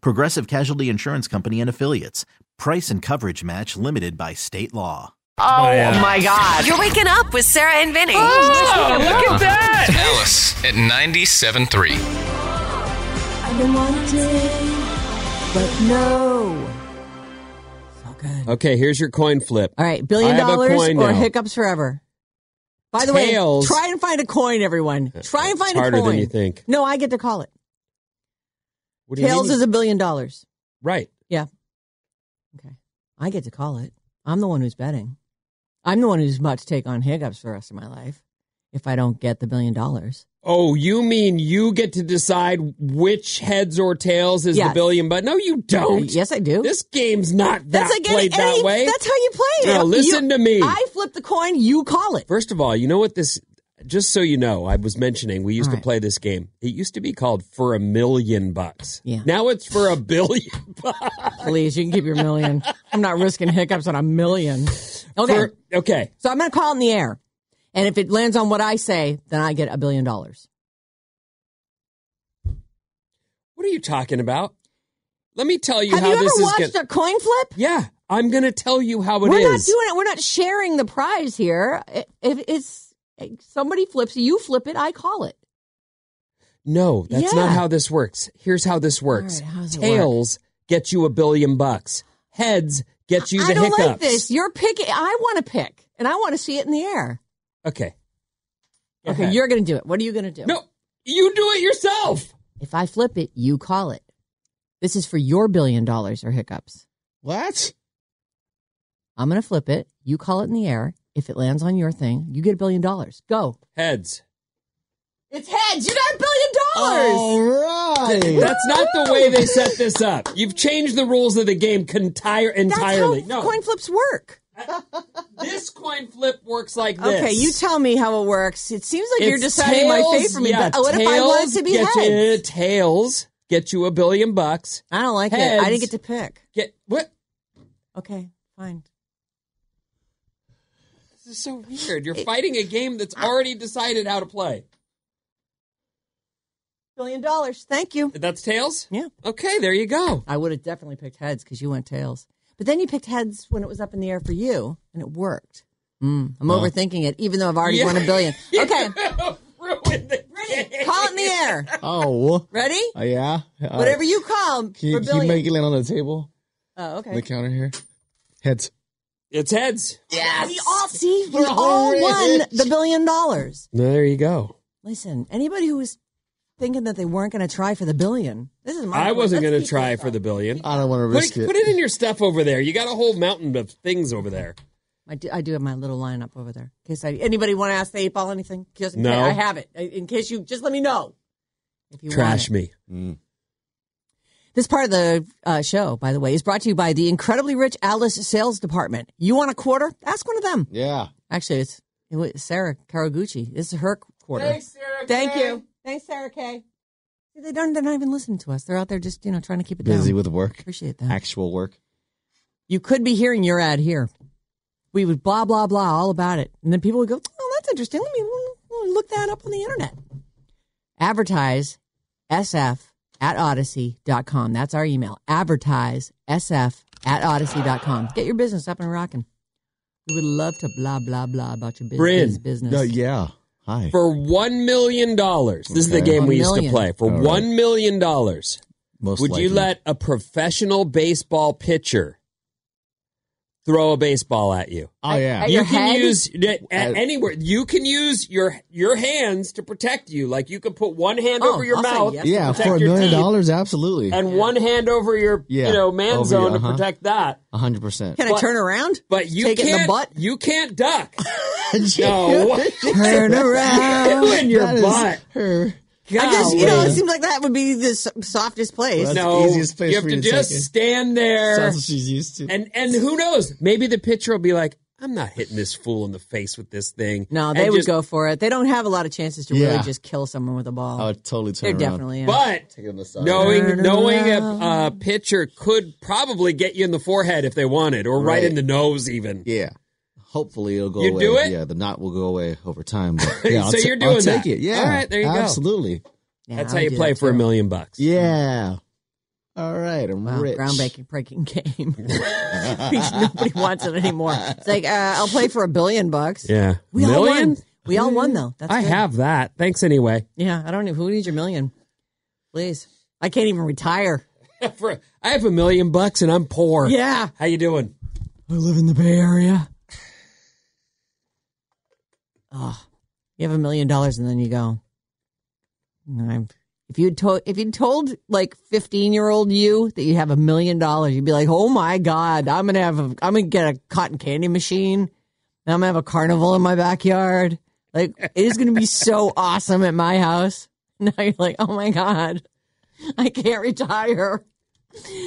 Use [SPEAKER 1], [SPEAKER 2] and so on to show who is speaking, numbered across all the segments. [SPEAKER 1] Progressive Casualty Insurance Company and Affiliates. Price and coverage match limited by state law.
[SPEAKER 2] Oh, my God.
[SPEAKER 3] You're waking up with Sarah and Vinny.
[SPEAKER 4] Ah,
[SPEAKER 2] Oh, look at that.
[SPEAKER 5] Alice at 97.3.
[SPEAKER 6] I've been wanting, but no. So good.
[SPEAKER 7] Okay, here's your coin flip.
[SPEAKER 6] All right, billion
[SPEAKER 7] I have a
[SPEAKER 6] dollars or
[SPEAKER 7] coin now.
[SPEAKER 6] hiccups forever. By the
[SPEAKER 7] Tails. Uh,
[SPEAKER 6] way, try and find a coin, everyone. Try and
[SPEAKER 7] It's
[SPEAKER 6] find a coin.
[SPEAKER 7] harder than you think.
[SPEAKER 6] No, I get to call it.
[SPEAKER 7] What do you
[SPEAKER 6] Tails
[SPEAKER 7] mean?
[SPEAKER 6] is a billion dollars.
[SPEAKER 7] right.
[SPEAKER 6] Yeah. Okay. I get to call it. I'm the one who's betting. I'm the one who's about to take on hiccups for the rest of my life if I don't get the billion dollars.
[SPEAKER 7] Oh, you mean you get to decide which heads or tails is
[SPEAKER 6] Yes.
[SPEAKER 7] the billion? But no, you don't.
[SPEAKER 6] Uh, Yes, I do.
[SPEAKER 7] This game's not that
[SPEAKER 6] that's like
[SPEAKER 7] played
[SPEAKER 6] any,
[SPEAKER 7] that way.
[SPEAKER 6] That's how you play it.
[SPEAKER 7] Now,
[SPEAKER 6] You-
[SPEAKER 7] listen to me.
[SPEAKER 6] I flip the coin, you call it.
[SPEAKER 7] First of all, you know what this? Just so you know, I was mentioning we used
[SPEAKER 6] All
[SPEAKER 7] to
[SPEAKER 6] right.
[SPEAKER 7] play this game. It used to be called for a million bucks.
[SPEAKER 6] Yeah.
[SPEAKER 7] Now it's for a billion.
[SPEAKER 6] Please, you can keep your million. I'm not risking hiccups on a million. Okay.
[SPEAKER 7] For- okay.
[SPEAKER 6] so I'm going to call it in the air. And if it lands on what I say, then I get a billion dollars.
[SPEAKER 7] What are you talking about? Let me tell you
[SPEAKER 6] Have
[SPEAKER 7] how
[SPEAKER 6] you ever
[SPEAKER 7] this is
[SPEAKER 6] watched
[SPEAKER 7] going.
[SPEAKER 6] a coin flip?
[SPEAKER 7] yeah, I'm going to tell you how it
[SPEAKER 6] We're not
[SPEAKER 7] is.
[SPEAKER 6] doing it. We're not sharing the prize here. It, it, it's somebody flips, you flip it, I call it.
[SPEAKER 7] No, that's
[SPEAKER 6] Yeah.
[SPEAKER 7] not how this works. Here's how this works.
[SPEAKER 6] All right, how does it work?
[SPEAKER 7] Tails get you a billion bucks. Heads get you the
[SPEAKER 6] I don't
[SPEAKER 7] hiccups.
[SPEAKER 6] like this. You're picking. I want to pick, and I want to see it in the air.
[SPEAKER 7] Okay. Go
[SPEAKER 6] Okay,
[SPEAKER 7] ahead.
[SPEAKER 6] you're going to do it. What are you going to do?
[SPEAKER 7] No, you do it yourself.
[SPEAKER 6] If I flip it, you call it. This is for your billion dollars or hiccups.
[SPEAKER 7] What?
[SPEAKER 6] I'm going to flip it. You call it in the air. If it lands on your thing, you get a billion dollars. Go.
[SPEAKER 7] Heads.
[SPEAKER 6] It's heads. You got a billion dollars.
[SPEAKER 7] That's not the way they set this up. You've changed the rules of the game contire-
[SPEAKER 6] That's
[SPEAKER 7] entirely.
[SPEAKER 6] how
[SPEAKER 7] no,
[SPEAKER 6] coin flips work.
[SPEAKER 7] this coin flip works like this.
[SPEAKER 6] Okay, you tell me how it works. It seems like you're
[SPEAKER 7] It's
[SPEAKER 6] deciding my fate
[SPEAKER 7] tails-
[SPEAKER 6] for me.
[SPEAKER 7] yeah,
[SPEAKER 6] but what if I want it
[SPEAKER 7] tails
[SPEAKER 6] to be
[SPEAKER 7] get
[SPEAKER 6] heads?
[SPEAKER 7] you- tails get you a billion bucks.
[SPEAKER 6] I don't like it. I
[SPEAKER 7] Heads.
[SPEAKER 6] didn't get to pick.
[SPEAKER 7] Get what?
[SPEAKER 6] Okay, fine.
[SPEAKER 7] This is so weird. You're fighting a game that's already decided how to play.
[SPEAKER 6] Billion dollars. Thank you.
[SPEAKER 7] That's tails.
[SPEAKER 6] Yeah.
[SPEAKER 7] Okay, there you go.
[SPEAKER 6] I would have definitely picked heads because you went tails. But then you picked heads when it was up in the air for you, and it worked. Mm, I'm overthinking it, even though I've already won a billion. Okay,
[SPEAKER 7] Ruin the game.
[SPEAKER 6] call it in the air.
[SPEAKER 8] Oh,
[SPEAKER 6] Ready?
[SPEAKER 8] uh, yeah. Uh,
[SPEAKER 7] Oh.
[SPEAKER 6] Whatever you call
[SPEAKER 8] Can you,
[SPEAKER 6] for
[SPEAKER 8] can you
[SPEAKER 6] billion.
[SPEAKER 8] make it land on the table,
[SPEAKER 6] oh,
[SPEAKER 8] on the
[SPEAKER 6] okay.
[SPEAKER 8] counter here? Heads.
[SPEAKER 7] It's heads.
[SPEAKER 6] We all see. We
[SPEAKER 8] We're
[SPEAKER 6] all
[SPEAKER 8] all
[SPEAKER 6] won
[SPEAKER 8] rich.
[SPEAKER 6] the billion dollars.
[SPEAKER 7] There you go.
[SPEAKER 6] Listen, anybody who was thinking that they weren't going to try for the billion, this is my.
[SPEAKER 7] I
[SPEAKER 6] point.
[SPEAKER 7] wasn't
[SPEAKER 6] Let's
[SPEAKER 7] going to
[SPEAKER 6] keep
[SPEAKER 7] try
[SPEAKER 6] this
[SPEAKER 7] for
[SPEAKER 6] up.
[SPEAKER 7] the billion.
[SPEAKER 8] I don't want to
[SPEAKER 7] Put
[SPEAKER 8] risk
[SPEAKER 7] it,
[SPEAKER 8] it.
[SPEAKER 7] put it in your stuff over there. You got a whole mountain of things over there.
[SPEAKER 6] I do, I do have my little lineup over there. In case I, anybody want to ask the eight ball anything? Just in
[SPEAKER 7] No.
[SPEAKER 6] case, I have it. In case you just let me know if you
[SPEAKER 7] Trash
[SPEAKER 6] want it.
[SPEAKER 7] me.
[SPEAKER 6] This part of the uh, show, by the way, is brought to you by the incredibly rich Alice Sales Department. You want a quarter? Ask one of them.
[SPEAKER 8] Yeah.
[SPEAKER 6] Actually, it's it was Sarah Karaguchi. This is her quarter. Thanks, Sarah. Thank you. Thanks, Sarah K. See, They don't. They're not even listening to us. They're out there just you know trying to keep it
[SPEAKER 8] Busy
[SPEAKER 6] down.
[SPEAKER 8] with work.
[SPEAKER 6] Appreciate that.
[SPEAKER 8] Actual work.
[SPEAKER 6] you could be hearing your ad here. We would blah blah blah all about it, and then people would go, "Oh, that's interesting. Let me let me look that up on the internet." Advertise sf at odyssey.com. That's our email. Advertise sf at odyssey.com. Get your business up and rocking. We would love to blah blah blah about your
[SPEAKER 7] Bryn.
[SPEAKER 6] business. business.
[SPEAKER 8] No, yeah. Hi.
[SPEAKER 7] For $1 million. This is the
[SPEAKER 8] Okay.
[SPEAKER 7] game
[SPEAKER 6] A
[SPEAKER 7] we used to
[SPEAKER 6] million.
[SPEAKER 7] play. For
[SPEAKER 8] All right.
[SPEAKER 7] $1 million.
[SPEAKER 8] Most
[SPEAKER 7] Would
[SPEAKER 8] likely.
[SPEAKER 7] you let a professional baseball pitcher throw a baseball at you.
[SPEAKER 8] Oh yeah.
[SPEAKER 6] I-
[SPEAKER 7] you
[SPEAKER 6] your
[SPEAKER 7] can
[SPEAKER 6] head?
[SPEAKER 7] use a-
[SPEAKER 8] Uh,
[SPEAKER 7] anywhere. You can use your your hands to protect you. Like you can put one hand
[SPEAKER 6] Oh,
[SPEAKER 7] over your
[SPEAKER 6] I'll say
[SPEAKER 7] mouth,
[SPEAKER 6] yes.
[SPEAKER 7] to
[SPEAKER 8] yeah,
[SPEAKER 7] protect
[SPEAKER 8] for a
[SPEAKER 7] your
[SPEAKER 8] million
[SPEAKER 7] teeth,
[SPEAKER 8] dollars, absolutely.
[SPEAKER 7] and one hand over your
[SPEAKER 8] Yeah,
[SPEAKER 7] you know man
[SPEAKER 8] over
[SPEAKER 7] zone
[SPEAKER 8] your-
[SPEAKER 7] to
[SPEAKER 8] uh-huh.
[SPEAKER 7] protect that.
[SPEAKER 8] A hundred percent.
[SPEAKER 6] Can I
[SPEAKER 7] But-
[SPEAKER 6] turn around?
[SPEAKER 7] But you
[SPEAKER 6] Take it
[SPEAKER 7] can't.
[SPEAKER 6] in the butt?
[SPEAKER 7] You can't duck.
[SPEAKER 8] No.
[SPEAKER 7] No.
[SPEAKER 8] Turn around.
[SPEAKER 7] In your
[SPEAKER 8] That is
[SPEAKER 7] butt.
[SPEAKER 8] Her.
[SPEAKER 6] I just, you know,
[SPEAKER 7] Golly.
[SPEAKER 6] it seems like that would be the s- softest place.
[SPEAKER 8] Well, that's
[SPEAKER 7] no,
[SPEAKER 8] the easiest place
[SPEAKER 7] you have
[SPEAKER 8] for
[SPEAKER 7] to
[SPEAKER 8] you to
[SPEAKER 7] just
[SPEAKER 8] take it.
[SPEAKER 7] stand there,
[SPEAKER 8] That's what she's used to.
[SPEAKER 7] and and who knows? Maybe the pitcher will be like, "I'm not hitting this fool in the face with this thing."
[SPEAKER 6] No, they
[SPEAKER 7] And
[SPEAKER 6] would
[SPEAKER 7] just-
[SPEAKER 6] go for it. They don't have a lot of chances to
[SPEAKER 8] Yeah.
[SPEAKER 6] really just kill someone with a ball.
[SPEAKER 8] I would totally turn
[SPEAKER 6] They're
[SPEAKER 8] around.
[SPEAKER 6] definitely in.
[SPEAKER 7] But
[SPEAKER 8] Take it on the side.
[SPEAKER 7] knowing
[SPEAKER 6] Turn
[SPEAKER 7] knowing a, a
[SPEAKER 6] around.
[SPEAKER 7] pitcher could probably get you in the forehead if they wanted, or right,
[SPEAKER 8] Right.
[SPEAKER 7] in the nose even.
[SPEAKER 8] Yeah. Hopefully it'll go
[SPEAKER 7] You
[SPEAKER 8] away.
[SPEAKER 7] do it?
[SPEAKER 8] Yeah, the knot will go away over time. But yeah, I'll
[SPEAKER 7] So
[SPEAKER 8] ta-
[SPEAKER 7] you're doing
[SPEAKER 8] I'll take
[SPEAKER 7] that.
[SPEAKER 8] it. Yeah.
[SPEAKER 7] All right, there you go.
[SPEAKER 8] Absolutely.
[SPEAKER 6] Yeah,
[SPEAKER 7] That's
[SPEAKER 6] I
[SPEAKER 7] how
[SPEAKER 6] would
[SPEAKER 7] you
[SPEAKER 6] do
[SPEAKER 7] play
[SPEAKER 6] that
[SPEAKER 7] for a
[SPEAKER 6] too.
[SPEAKER 7] million bucks.
[SPEAKER 8] Yeah. All right, I'm
[SPEAKER 6] Wow,
[SPEAKER 8] rich.
[SPEAKER 6] groundbreaking breaking game. Nobody wants it anymore. It's like uh, I'll play for a billion bucks.
[SPEAKER 7] Yeah.
[SPEAKER 6] we all
[SPEAKER 7] million.
[SPEAKER 6] won. We all won though. That's
[SPEAKER 7] I
[SPEAKER 6] good.
[SPEAKER 7] have that. Thanks anyway.
[SPEAKER 6] Yeah, I don't know who needs your million. Please, I can't even retire.
[SPEAKER 7] For- I have a million bucks and I'm poor.
[SPEAKER 6] Yeah,
[SPEAKER 7] How you doing?
[SPEAKER 6] I live in the Bay Area. Oh, you have a million dollars and then you go. "No, I'm, if you told if you told like fifteen year old you that you have a million dollars, you'd be like, "Oh my god, I'm gonna have a, I'm gonna get a cotton candy machine, and I'm gonna have a carnival in my backyard. Like it is gonna be so awesome at my house." Now you're like, "Oh my god, I can't retire."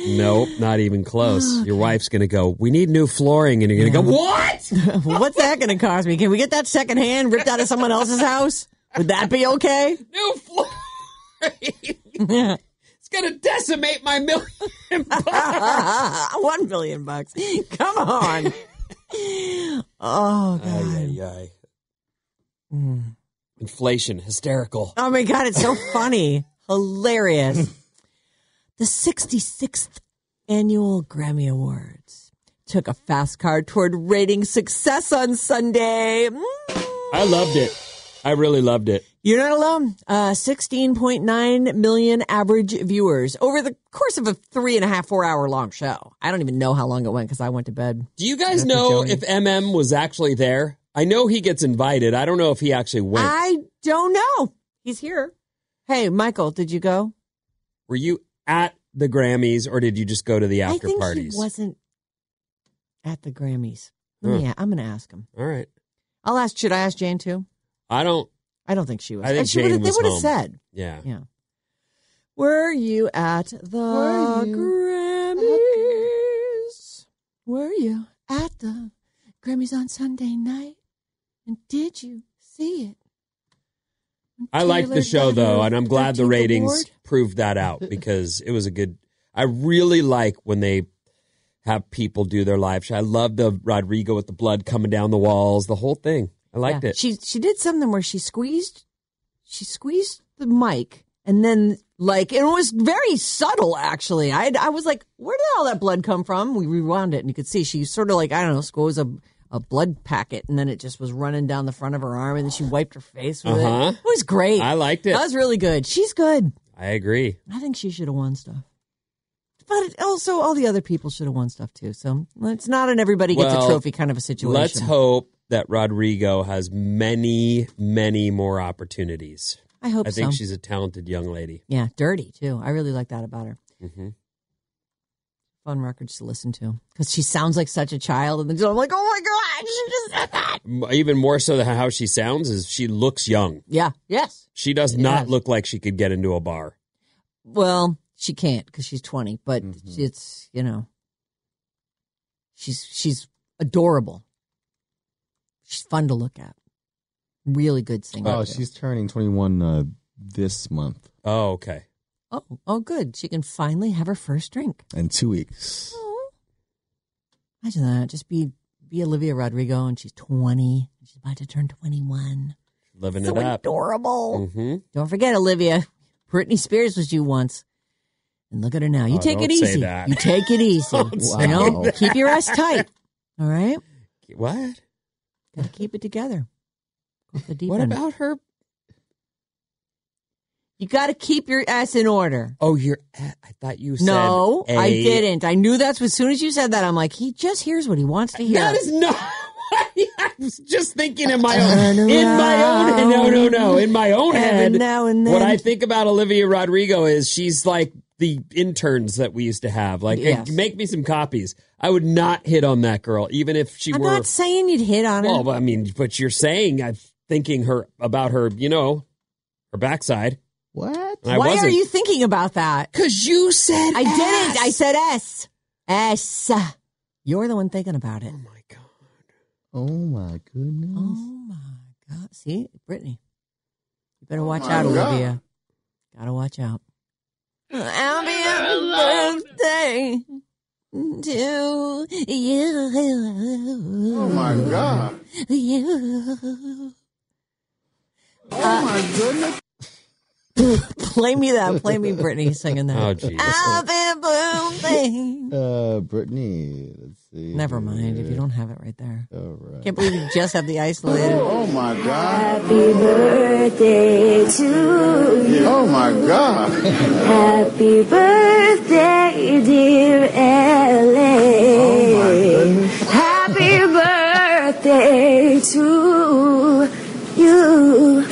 [SPEAKER 7] Nope, not even close. Your wife's gonna go. We need new flooring, and you're gonna go. What?
[SPEAKER 6] What's that going to cost me? Can we get that second hand ripped out of someone else's house? Would that be okay?
[SPEAKER 7] New flooring. it's gonna decimate my million bucks.
[SPEAKER 6] One billion bucks. Come on. Oh, God.
[SPEAKER 7] Ay, ay, ay. Mm.
[SPEAKER 6] Mm.
[SPEAKER 7] Inflation, hysterical.
[SPEAKER 6] Oh, my God. It's so funny. Hilarious. The 66th Annual Grammy Awards took a fast car toward rating success on Sunday. Mm.
[SPEAKER 7] I loved it. I really loved it.
[SPEAKER 6] You're not alone. Uh, 16.9 million average viewers over the course of a three and a half, four hour long show. I don't even know how long it went because I went to bed.
[SPEAKER 7] Do you guys know if MM was actually there? I know he gets invited. I don't know if he actually went.
[SPEAKER 6] I don't know. He's here. Hey, Michael, did you go?
[SPEAKER 7] Were you at the Grammys or did you just go to the
[SPEAKER 6] I
[SPEAKER 7] after
[SPEAKER 6] think
[SPEAKER 7] parties? Hmm.
[SPEAKER 6] he wasn't at the Grammys. Let me- Yeah, I'm going to ask him.
[SPEAKER 7] All right.
[SPEAKER 6] I'll ask. Should I ask Jane too?
[SPEAKER 7] I don't.
[SPEAKER 6] I don't think she was.
[SPEAKER 7] I think
[SPEAKER 6] And she would've-
[SPEAKER 7] Jane was
[SPEAKER 6] They would have
[SPEAKER 7] home.
[SPEAKER 6] said.
[SPEAKER 7] Yeah.
[SPEAKER 6] Yeah. Were you at the
[SPEAKER 8] Were you
[SPEAKER 6] Grammys? Were you at the Grammys on Sunday night? And did you see it?
[SPEAKER 7] I liked the
[SPEAKER 6] Taylor
[SPEAKER 7] show
[SPEAKER 6] got
[SPEAKER 7] though,
[SPEAKER 6] her
[SPEAKER 7] and I'm glad the
[SPEAKER 6] 13th
[SPEAKER 7] ratings
[SPEAKER 6] award?
[SPEAKER 7] proved that out because it was a good. I really like when they have people do their live show. I love the Rodrigo with the blood coming down the walls, the whole thing. I liked
[SPEAKER 6] Yeah.
[SPEAKER 7] it.
[SPEAKER 6] She she did something where she squeezed she squeezed the mic and then like it was very subtle actually. I I was like, where did all that blood come from? We rewound it and you could see she sort of like I don't know squoze a a blood packet and then it just was running down the front of her arm and then she wiped her face with
[SPEAKER 7] Uh-huh.
[SPEAKER 6] it. It was great.
[SPEAKER 7] I liked it.
[SPEAKER 6] That was really good. She's good.
[SPEAKER 7] I agree.
[SPEAKER 6] I think she should have won stuff. But it also, all the other people should have won stuff too. So it's not an everybody gets
[SPEAKER 7] Well,
[SPEAKER 6] a trophy kind of a situation.
[SPEAKER 7] Let's hope that Rodrigo has many, many more opportunities.
[SPEAKER 6] I hope
[SPEAKER 7] I think
[SPEAKER 6] so.
[SPEAKER 7] she's a talented young lady.
[SPEAKER 6] Yeah, dirty too. I really like that about her. Fun records to listen to because she sounds like such a child, and then I'm like, oh my god, she just said that.
[SPEAKER 7] M- Even more so than how she sounds is she looks young.
[SPEAKER 6] Yeah. Yes.
[SPEAKER 7] She does not
[SPEAKER 6] Yes.
[SPEAKER 7] look like she could get into a bar.
[SPEAKER 6] Well, she can't because she's 20, but
[SPEAKER 8] Mm-hmm.
[SPEAKER 6] it's you know, she's she's adorable. She's fun to look at. Really good singer.
[SPEAKER 8] Oh,
[SPEAKER 6] too.
[SPEAKER 8] she's turning 21 uh, this month
[SPEAKER 7] Oh, okay.
[SPEAKER 6] oh oh good. She can finally have her first drink.
[SPEAKER 8] in two weeks.
[SPEAKER 6] Imagine that. Just be be Olivia Rodrigo, and she's 20. She's about to turn 21.
[SPEAKER 7] Living
[SPEAKER 6] So
[SPEAKER 7] it up.
[SPEAKER 6] adorable.
[SPEAKER 7] Mm-hmm.
[SPEAKER 6] Don't forget, Olivia. Britney Spears was you once. And look at her now. You
[SPEAKER 7] Oh,
[SPEAKER 6] take
[SPEAKER 7] don't
[SPEAKER 6] it
[SPEAKER 7] say
[SPEAKER 6] easy.
[SPEAKER 7] that.
[SPEAKER 6] You take it easy.
[SPEAKER 7] Don't
[SPEAKER 6] you
[SPEAKER 8] say
[SPEAKER 6] know,
[SPEAKER 8] that.
[SPEAKER 6] keep your ass tight. All right?
[SPEAKER 7] What?
[SPEAKER 6] Gotta keep it together. Off the deep
[SPEAKER 7] What
[SPEAKER 6] end.
[SPEAKER 7] about her?
[SPEAKER 6] You got to keep your S in order.
[SPEAKER 7] Oh, you're. a- I thought you said.
[SPEAKER 6] No, I
[SPEAKER 7] I
[SPEAKER 6] I didn't. I knew that's as soon as you said that, I'm like, he just hears what he wants to hear.
[SPEAKER 7] That is not. I was just thinking in my own, in my own, no, no, no, in my own
[SPEAKER 6] Every
[SPEAKER 7] head.
[SPEAKER 6] now and then.
[SPEAKER 7] What I think about Olivia Rodrigo is she's like the interns that we used to have. Like, hey,
[SPEAKER 6] Yes.
[SPEAKER 7] make me some copies. I would not hit on that girl, even if she
[SPEAKER 6] I'm
[SPEAKER 7] were.
[SPEAKER 6] not saying you'd hit on her.
[SPEAKER 7] well, but I mean, but you're saying I'm thinking her about her, you know, her backside.
[SPEAKER 8] What?
[SPEAKER 7] And I
[SPEAKER 6] Why
[SPEAKER 7] wasn't.
[SPEAKER 6] are you thinking about that?
[SPEAKER 7] Because you said
[SPEAKER 6] I didn't. I
[SPEAKER 7] ass.
[SPEAKER 6] said S. S. You're the one thinking about it.
[SPEAKER 7] Oh my god.
[SPEAKER 8] Oh my goodness.
[SPEAKER 6] Oh my God. See, Brittany, you better watch out, Olivia. Gotta watch out. Happy birthday to you. Oh my God. You. Oh my goodness. play me that. Play me Brittany singing that.
[SPEAKER 7] Oh jeez.
[SPEAKER 6] Happy birthday.
[SPEAKER 8] Uh, Brittany. Let's see.
[SPEAKER 6] Never mind if you don't have it right there.
[SPEAKER 8] All right.
[SPEAKER 6] Can't believe you just have the isolated.
[SPEAKER 3] Oh my God.
[SPEAKER 9] Happy birthday to you.
[SPEAKER 3] Oh my God.
[SPEAKER 9] Happy birthday, dear LA. Happy birthday to you.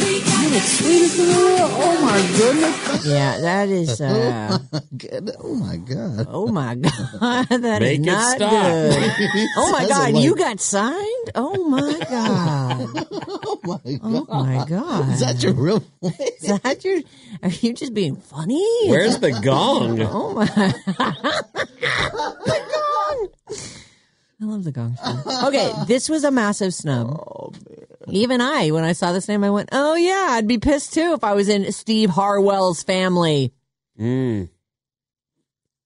[SPEAKER 8] Oh my goodness.
[SPEAKER 6] Yeah, that is. Uh,
[SPEAKER 8] Good- Oh my god.
[SPEAKER 6] oh my god, that is
[SPEAKER 7] Make it
[SPEAKER 6] not
[SPEAKER 7] stop.
[SPEAKER 6] good. Oh my
[SPEAKER 8] Sounds
[SPEAKER 6] god,
[SPEAKER 8] like-
[SPEAKER 6] you got signed. Oh my god.
[SPEAKER 8] Oh my
[SPEAKER 6] Oh
[SPEAKER 8] god.
[SPEAKER 6] my god.
[SPEAKER 8] Is that your real voice?
[SPEAKER 6] Is that your? Are you just being funny?
[SPEAKER 7] Where's the gong?
[SPEAKER 6] Oh my. the gong. I love the gong. show. Okay, this was a massive snub.
[SPEAKER 8] Oh,
[SPEAKER 6] Even I, when I saw this name, I went, "Oh yeah, I'd be pissed too if I was in Steve Harwell's family."
[SPEAKER 7] Mm.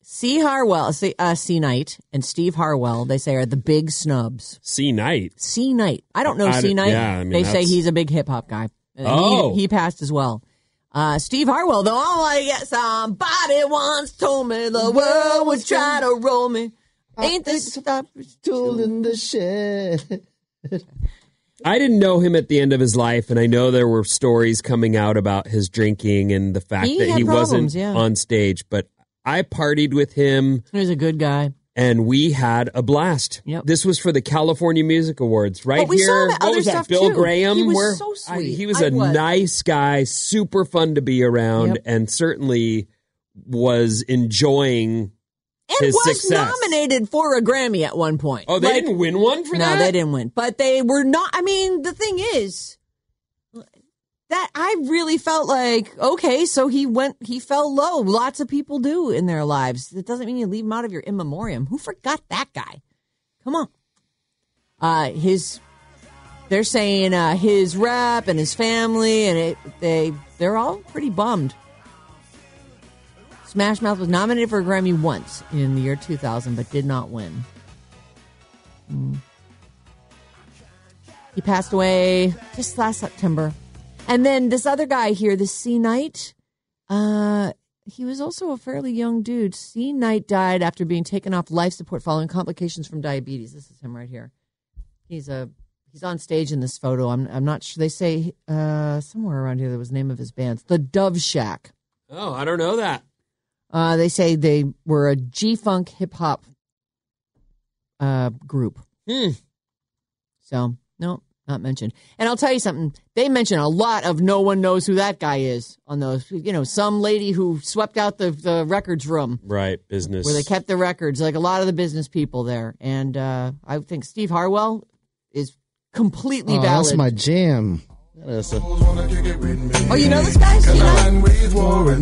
[SPEAKER 6] C. Harwell, C, uh, C. Knight, and Steve Harwell, they say, are the big snubs.
[SPEAKER 7] C night.
[SPEAKER 6] C. Knight. I don't know
[SPEAKER 7] I-
[SPEAKER 6] C. Knight.
[SPEAKER 7] yeah, I mean,
[SPEAKER 6] they say
[SPEAKER 7] that's-
[SPEAKER 6] he's a big hip hop guy. And
[SPEAKER 7] Oh.
[SPEAKER 6] He, he passed as well. Uh, Steve Harwell, though, I'm like, yeah, somebody once told me the world was trying to roll me. Ain't this stuff?
[SPEAKER 8] Tool in the shed.
[SPEAKER 7] I didn't know him at the end of his life, and I know there were stories coming out about his drinking and the fact
[SPEAKER 6] He
[SPEAKER 7] that
[SPEAKER 6] had
[SPEAKER 7] he wasn't
[SPEAKER 6] problems, yeah.
[SPEAKER 7] on stage. But I partied with him,
[SPEAKER 6] He was a good guy.
[SPEAKER 7] and we had a blast.
[SPEAKER 6] Yep.
[SPEAKER 7] This was for the California Music Awards, right
[SPEAKER 6] But we saw
[SPEAKER 7] here.
[SPEAKER 6] him at
[SPEAKER 7] what
[SPEAKER 6] other
[SPEAKER 7] was
[SPEAKER 6] stuff,
[SPEAKER 7] that? Bill
[SPEAKER 6] too.
[SPEAKER 7] Graham.
[SPEAKER 6] He was
[SPEAKER 7] Where-
[SPEAKER 6] so
[SPEAKER 7] I-
[SPEAKER 6] sweet.
[SPEAKER 7] he was
[SPEAKER 6] I
[SPEAKER 7] a
[SPEAKER 6] was.
[SPEAKER 7] nice guy, super fun to be around,
[SPEAKER 6] Yep.
[SPEAKER 7] and certainly was enjoying.
[SPEAKER 6] And
[SPEAKER 7] His
[SPEAKER 6] was
[SPEAKER 7] success.
[SPEAKER 6] nominated for a Grammy at one point.
[SPEAKER 7] Oh, they
[SPEAKER 6] Like,
[SPEAKER 7] didn't win one for
[SPEAKER 6] no,
[SPEAKER 7] that.
[SPEAKER 6] they didn't win. But they were not. I mean, the thing is that I really felt like okay, so he went, he fell low. Lots of people do in their lives. That doesn't mean you leave him out of your in memoriam. Who forgot that guy? Come on. Uh, his, they're saying uh, his rep and his family, and it they they're all pretty bummed. Smash Mouth was nominated for a Grammy once in the year 2000, but did not win. He passed away just last September. And then this other guy here, this C Knight, uh, he was also a fairly young dude. C Knight died after being taken off life support following complications from diabetes. This is him right here. He's a he's on stage in this photo. I'm I'm not sure. They say uh, somewhere around here there was the name of his band, the Dove Shack.
[SPEAKER 7] Oh, I don't know that.
[SPEAKER 6] Uh, they say they were a G Funk hip hop uh, group.
[SPEAKER 7] Hmm.
[SPEAKER 6] So, no, not mentioned. And I'll tell you something. They mention a lot of no one knows who that guy is on those. You know, some lady who swept out the, the records room
[SPEAKER 7] Right, business.
[SPEAKER 6] where they kept the records, like a lot of the business people there. And uh, I think Steve Harwell is completely
[SPEAKER 8] Oh,
[SPEAKER 6] valid.
[SPEAKER 8] that's my jam. That is a-
[SPEAKER 6] oh, you know this guy? You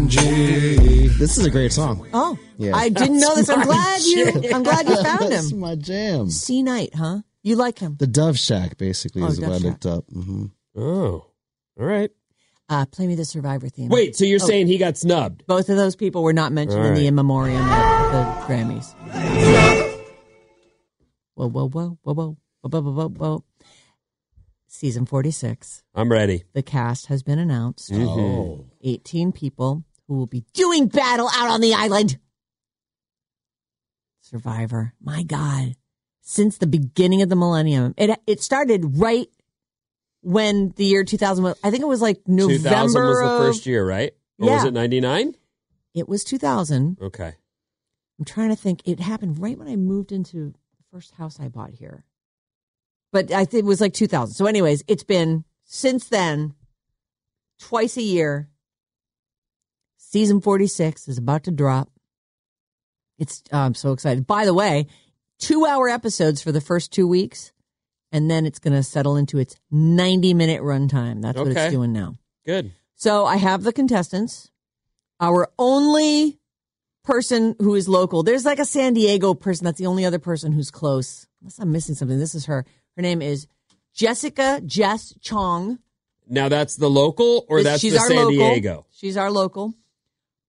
[SPEAKER 6] know?
[SPEAKER 8] this is a great song.
[SPEAKER 6] Oh,
[SPEAKER 8] Yeah.
[SPEAKER 6] I didn't know this. I'm glad you. I'm glad you found
[SPEAKER 8] That's
[SPEAKER 6] him.
[SPEAKER 8] my jam.
[SPEAKER 6] C Knight, huh? You like him?
[SPEAKER 8] The Dove Shack basically
[SPEAKER 6] Oh,
[SPEAKER 8] is what
[SPEAKER 6] Dove
[SPEAKER 8] I
[SPEAKER 6] Shack.
[SPEAKER 8] looked up. hmm
[SPEAKER 7] oh, all right.
[SPEAKER 6] Uh, play me the Survivor theme.
[SPEAKER 7] Wait, so
[SPEAKER 6] Oh.
[SPEAKER 7] you're saying he got snubbed?
[SPEAKER 6] Both of those people were not mentioned in
[SPEAKER 7] All
[SPEAKER 6] the
[SPEAKER 7] right.
[SPEAKER 6] in memoriam of the Grammys. Whoa, whoa, whoa, whoa, whoa, whoa, whoa, whoa, whoa. Season 46.
[SPEAKER 7] I'm ready.
[SPEAKER 6] The cast has been announced.
[SPEAKER 7] Hmm.
[SPEAKER 8] Oh.
[SPEAKER 6] 18 people who will be doing battle out on the island. Survivor. My God. Since the beginning of the millennium, it, it started right when the year 2000 was, I think it was like November
[SPEAKER 7] 2000 was the
[SPEAKER 6] of-
[SPEAKER 7] first year, right? Or was
[SPEAKER 6] Yeah.
[SPEAKER 7] it 99?
[SPEAKER 6] It was 2000.
[SPEAKER 7] Okay.
[SPEAKER 6] I'm trying to think. It happened right when I moved into the first house I bought here. But I think it was like 2000. So, anyways, it's been since then twice a year. Season 46 is about to drop. It's, oh, I'm so excited. By the way, two hour episodes for the first two weeks, and then it's going to settle into its 90 minute runtime. That's what
[SPEAKER 7] Okay.
[SPEAKER 6] it's doing now.
[SPEAKER 7] Good.
[SPEAKER 6] So I have the contestants. Our only person who is local. There's like a San Diego person. That's the only other person who's close. Unless I'm missing something. This is her. Her name is Jessica Jess Chong.
[SPEAKER 7] Now that's the local or
[SPEAKER 6] This-
[SPEAKER 7] that's the San
[SPEAKER 6] local.
[SPEAKER 7] Diego?
[SPEAKER 6] She's our local.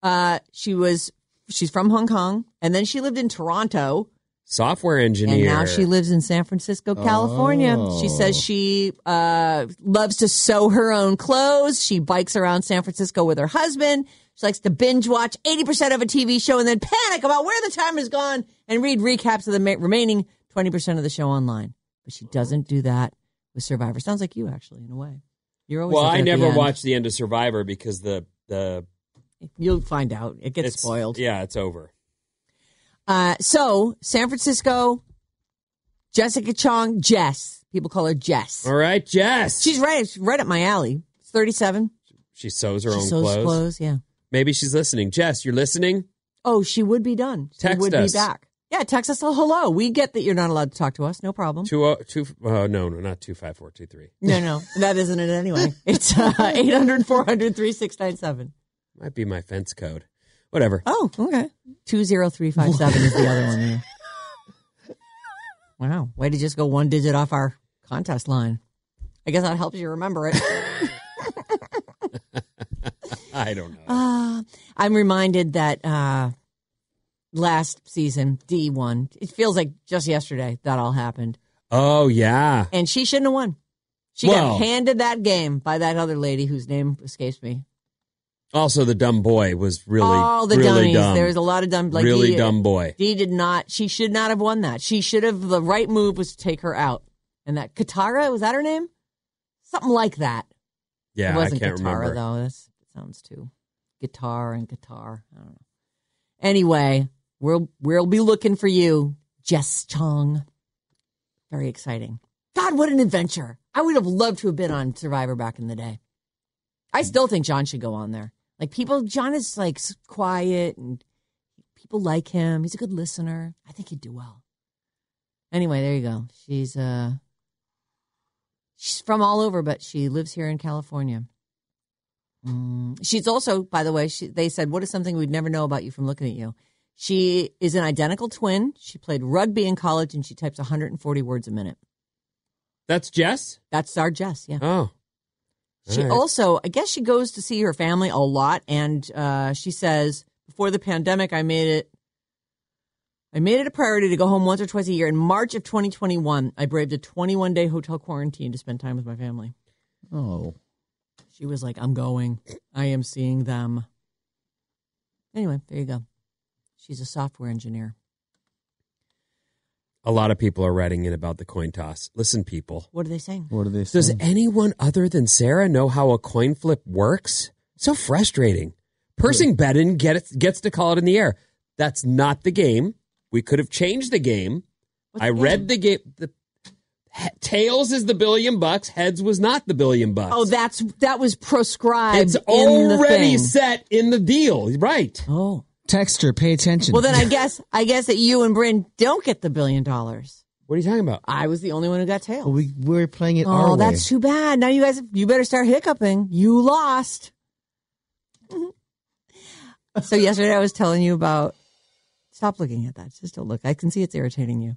[SPEAKER 6] Uh, she was she's from Hong Kong, and then she lived in Toronto.
[SPEAKER 7] Software engineer. Oh.
[SPEAKER 6] And now she lives in San Francisco, California. She says she uh, loves to sew her own clothes. She bikes around San Francisco with her husband. She likes to binge watch 80% of a TV show and then panic about where the time has gone and read recaps of the ma- remaining 20% of the show online. But she doesn't do that with Survivor. Sounds like you, actually, in a way. You're always
[SPEAKER 7] Well,
[SPEAKER 6] looking
[SPEAKER 7] I
[SPEAKER 6] at the
[SPEAKER 7] never
[SPEAKER 6] end.
[SPEAKER 7] watched the end of Survivor because the the
[SPEAKER 6] You'll find out. It gets
[SPEAKER 7] it's-
[SPEAKER 6] spoiled.
[SPEAKER 7] Yeah, it's over.
[SPEAKER 6] Uh, so, San Francisco, Jessica Chong, Jess. People call her Jess.
[SPEAKER 7] All right, Jess.
[SPEAKER 6] She's right. She's right up my alley. It's 37.
[SPEAKER 7] she sews her
[SPEAKER 6] she
[SPEAKER 7] own
[SPEAKER 6] sews
[SPEAKER 7] clothes.
[SPEAKER 6] Yeah.
[SPEAKER 7] Maybe she's listening. Jess, you're listening.
[SPEAKER 6] Oh, she would be done. She
[SPEAKER 7] Text
[SPEAKER 6] would
[SPEAKER 7] us.
[SPEAKER 6] be back. Yeah, text us a hello. We get that you're not allowed to talk to us. No problem.
[SPEAKER 7] Two oh two. Oh no, no, not two five four two three.
[SPEAKER 6] No, no. That isn't it anyway. It's uh, 800 400 3697.
[SPEAKER 7] Might be my fence code. Whatever.
[SPEAKER 6] Oh, okay. 20357 is the other one. Yeah. Wow. Way to just go one digit off our contest line. I guess that helps you remember it.
[SPEAKER 7] I don't know.
[SPEAKER 6] Uh, I'm reminded that uh, last season, D1, it feels like just yesterday that all happened.
[SPEAKER 7] oh yeah.
[SPEAKER 6] And she shouldn't have won. She got
[SPEAKER 7] Well-
[SPEAKER 6] handed that game by that other lady whose name escapes me.
[SPEAKER 7] Also, the dumb boy was really
[SPEAKER 6] all the
[SPEAKER 7] really
[SPEAKER 6] dummies.
[SPEAKER 7] dumb.
[SPEAKER 6] There was a lot of dumb. Like
[SPEAKER 7] really
[SPEAKER 6] D,
[SPEAKER 7] dumb boy.
[SPEAKER 6] D did not. She should not have won that. She should have. The right move was to take her out. And that Katara was that her name? Something like that.
[SPEAKER 7] Yeah,
[SPEAKER 6] it wasn't
[SPEAKER 7] I can't
[SPEAKER 6] guitar
[SPEAKER 7] remember.
[SPEAKER 6] though. That's, that sounds too guitar and guitar. I don't know. Anyway, we'll we'll be looking for you, Jess Chong. Very exciting. God, what an adventure! I would have loved to have been on Survivor back in the day. I still think John should go on there. Like people, John is like s- quiet and people like him. He's a good listener. I think he'd do well. Anyway, there you go. She's uh she's from all over, but she lives here in California. Mm. She's also, by the way, she, they said, "What is something we'd never know about you from looking at you?" She is an identical twin. She played rugby in college, and she types 140 words a minute.
[SPEAKER 7] That's Jess.
[SPEAKER 6] That's our Jess. Yeah.
[SPEAKER 7] Oh,
[SPEAKER 6] She
[SPEAKER 7] All right.
[SPEAKER 6] also, I guess, she goes to see her family a lot, and uh, she says, "Before the pandemic, I made it. I made it a priority to go home once or twice a year. In March of 2021, I braved a 21 day hotel quarantine to spend time with my family.
[SPEAKER 8] Oh,
[SPEAKER 6] She was like, "I'm going. I am seeing them." Anyway, there you go. She's a software engineer.
[SPEAKER 7] a lot of people are writing in about the coin toss. Listen, people.
[SPEAKER 6] What are they saying?
[SPEAKER 8] what are they saying?
[SPEAKER 6] Mm.
[SPEAKER 7] Does anyone other than Sarah know how a coin flip works? So frustrating. Persing Bedin get it, gets to call it in the air. That's not the game. We could have changed the game.
[SPEAKER 6] What's
[SPEAKER 7] I
[SPEAKER 6] the
[SPEAKER 7] read
[SPEAKER 6] game?
[SPEAKER 7] the game. The, he- tails is the billion bucks. Heads was not the billion bucks.
[SPEAKER 6] Oh, that's that was proscribed.
[SPEAKER 7] it's
[SPEAKER 6] in the
[SPEAKER 7] already
[SPEAKER 6] thing.
[SPEAKER 7] set in the deal. Right.
[SPEAKER 6] Oh,
[SPEAKER 8] Texture, pay attention.
[SPEAKER 6] well then I guess I guess that you and Bryn don't get the billion dollars.
[SPEAKER 7] What are you talking about?
[SPEAKER 6] I was the only one who got tailed.
[SPEAKER 8] Oh, we we're playing it our
[SPEAKER 6] oh, that's
[SPEAKER 8] way.
[SPEAKER 6] too bad. Now you guys, you better start hiccuping. You lost. so yesterday I was telling you about. Stop looking at that. Just don't look. I can see it's irritating you.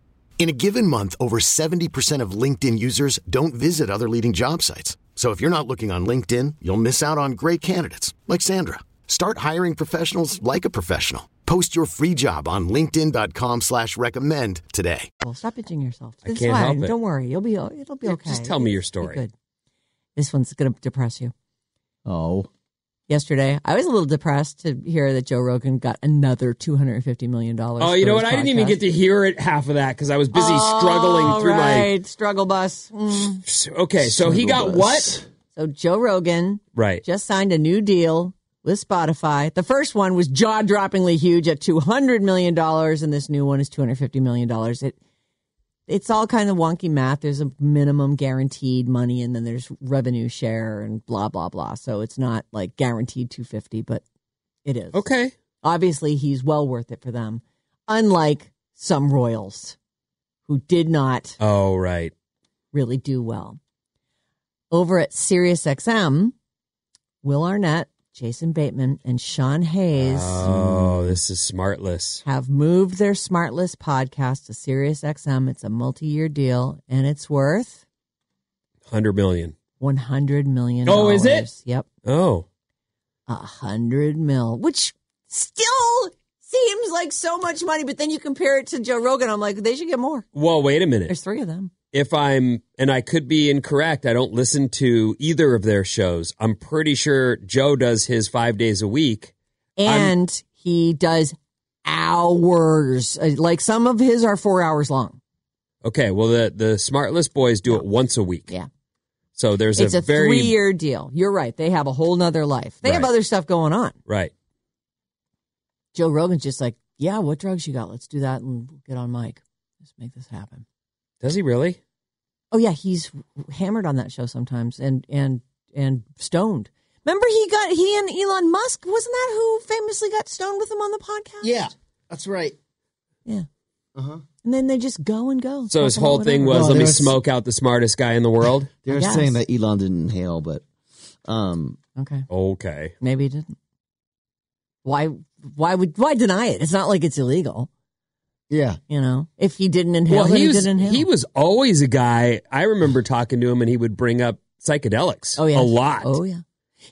[SPEAKER 10] In a given month, over 70% of LinkedIn users don't visit other leading job sites. So if you're not looking on LinkedIn, you'll miss out on great candidates like Sandra. Start hiring professionals like a professional. Post your free job on linkedin.com/recommend slash recommend today.
[SPEAKER 6] Well, Oh, stop itching yourself.
[SPEAKER 10] I
[SPEAKER 6] It's
[SPEAKER 10] can't
[SPEAKER 6] fine.
[SPEAKER 10] help it.
[SPEAKER 6] Don't worry. You'll be it'll be
[SPEAKER 7] Yeah,
[SPEAKER 6] okay.
[SPEAKER 7] just tell me your
[SPEAKER 6] It'll be
[SPEAKER 7] story.
[SPEAKER 6] Good. This one's gonna depress you.
[SPEAKER 8] Oh.
[SPEAKER 6] Yesterday, I was a little depressed to hear that Joe Rogan got another two hundred and fifty million dollars.
[SPEAKER 7] Oh, you know what? I didn't even get to hear it half of that because I was busy struggling through
[SPEAKER 6] right. struggle bus. Mm.
[SPEAKER 7] my. Okay, so he got
[SPEAKER 6] Struggle
[SPEAKER 7] what?
[SPEAKER 6] So Joe Rogan
[SPEAKER 7] Right.
[SPEAKER 6] just signed a new deal with Spotify. The first one was jaw-droppingly huge at $200 million, and this new one is $250 million. It, it's all kind of wonky math. There's a minimum guaranteed money, and then there's revenue share and blah, blah, blah. So it's not like guaranteed 250 but it is.
[SPEAKER 7] Okay.
[SPEAKER 6] Obviously, he's well worth it for them, unlike some royals who did not
[SPEAKER 7] Oh, right.
[SPEAKER 6] really do well. Over at SiriusXM, Will Arnett, Jason Bateman, and Sean Hayes
[SPEAKER 7] Oh, this is smartless.
[SPEAKER 6] have moved their Smartless podcast to SiriusXM. It's a multi-year deal, and it's worth
[SPEAKER 7] Hundred million.
[SPEAKER 6] one hundred million.
[SPEAKER 7] Oh, is it?
[SPEAKER 6] Yep,
[SPEAKER 7] Oh,
[SPEAKER 6] a hundred mil, which still seems like so much money. But then you compare it to Joe Rogan, I'm like, they should get more.
[SPEAKER 7] well, wait a minute.
[SPEAKER 6] There's three of them.
[SPEAKER 7] If I'm, and I could be incorrect, I don't listen to either of their shows. I'm pretty sure Joe does his five days a week.
[SPEAKER 6] and he does hours. Uh, Like some of his are four hours long.
[SPEAKER 7] Okay, well, the the smartless boys do it once a week.
[SPEAKER 6] Yeah.
[SPEAKER 7] So there's
[SPEAKER 6] it's a,
[SPEAKER 7] a, very
[SPEAKER 6] three-year deal. You're right. They have a whole nother life. They have
[SPEAKER 7] Right.
[SPEAKER 6] other stuff going on.
[SPEAKER 7] right.
[SPEAKER 6] Joe Rogan's just like, yeah, what drugs you got? Let's do that and we'll get on mic. Let's make this happen.
[SPEAKER 7] Does he really?
[SPEAKER 6] Oh yeah, he's hammered on that show sometimes, and and and stoned. Remember, he got he and Elon Musk. Wasn't that who famously got stoned with him on the podcast?
[SPEAKER 8] Yeah, that's right.
[SPEAKER 6] Yeah.
[SPEAKER 8] Uh-huh.
[SPEAKER 6] And then they just go and go.
[SPEAKER 7] So his
[SPEAKER 6] Talk about
[SPEAKER 7] whole thing
[SPEAKER 6] whatever.
[SPEAKER 8] No,
[SPEAKER 7] was, let me
[SPEAKER 8] there was-
[SPEAKER 7] smoke out the smartest guy in the world.
[SPEAKER 8] They were
[SPEAKER 6] Yes.
[SPEAKER 8] saying that Elon didn't inhale, but um,
[SPEAKER 6] okay,
[SPEAKER 7] okay.
[SPEAKER 6] maybe he didn't. Why? Why would? Why deny it? It's not like it's illegal.
[SPEAKER 8] yeah,
[SPEAKER 6] You know, if he didn't inhale, then
[SPEAKER 7] he
[SPEAKER 6] he
[SPEAKER 7] was
[SPEAKER 6] didn't inhale.
[SPEAKER 7] he was always a guy. I remember talking to him, and he would bring up psychedelics.
[SPEAKER 6] Oh yeah,
[SPEAKER 7] a lot.
[SPEAKER 6] Oh yeah.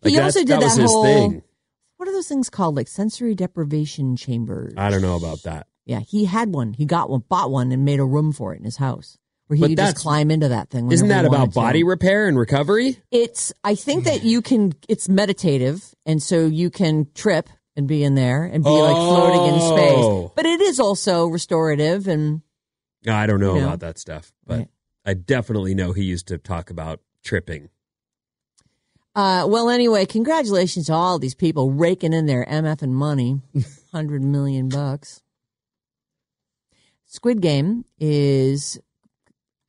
[SPEAKER 7] Like,
[SPEAKER 6] he
[SPEAKER 7] that-
[SPEAKER 6] also did
[SPEAKER 7] that
[SPEAKER 6] that,
[SPEAKER 7] was his
[SPEAKER 6] whole.
[SPEAKER 7] thing.
[SPEAKER 6] What are those things called? Like sensory deprivation chambers.
[SPEAKER 7] I don't know about that.
[SPEAKER 6] yeah, he had one. He got one, bought one, and made a room for it in his house where he
[SPEAKER 7] But
[SPEAKER 6] could just
[SPEAKER 7] that's-
[SPEAKER 6] climb into that thing.
[SPEAKER 7] Isn't that
[SPEAKER 6] whenever he
[SPEAKER 7] about
[SPEAKER 6] wanted to.
[SPEAKER 7] body repair and recovery?
[SPEAKER 6] It's. I think that you can. It's meditative, and so you can trip and be in there and be like floating in
[SPEAKER 7] Oh.
[SPEAKER 6] space. But it is also restorative and
[SPEAKER 7] No, I don't know
[SPEAKER 6] You know.
[SPEAKER 7] about that stuff, but
[SPEAKER 6] Right.
[SPEAKER 7] I definitely know he used to talk about tripping.
[SPEAKER 6] Uh, well, anyway, congratulations to all these people raking in their MF and money, hundred million bucks. Squid Game is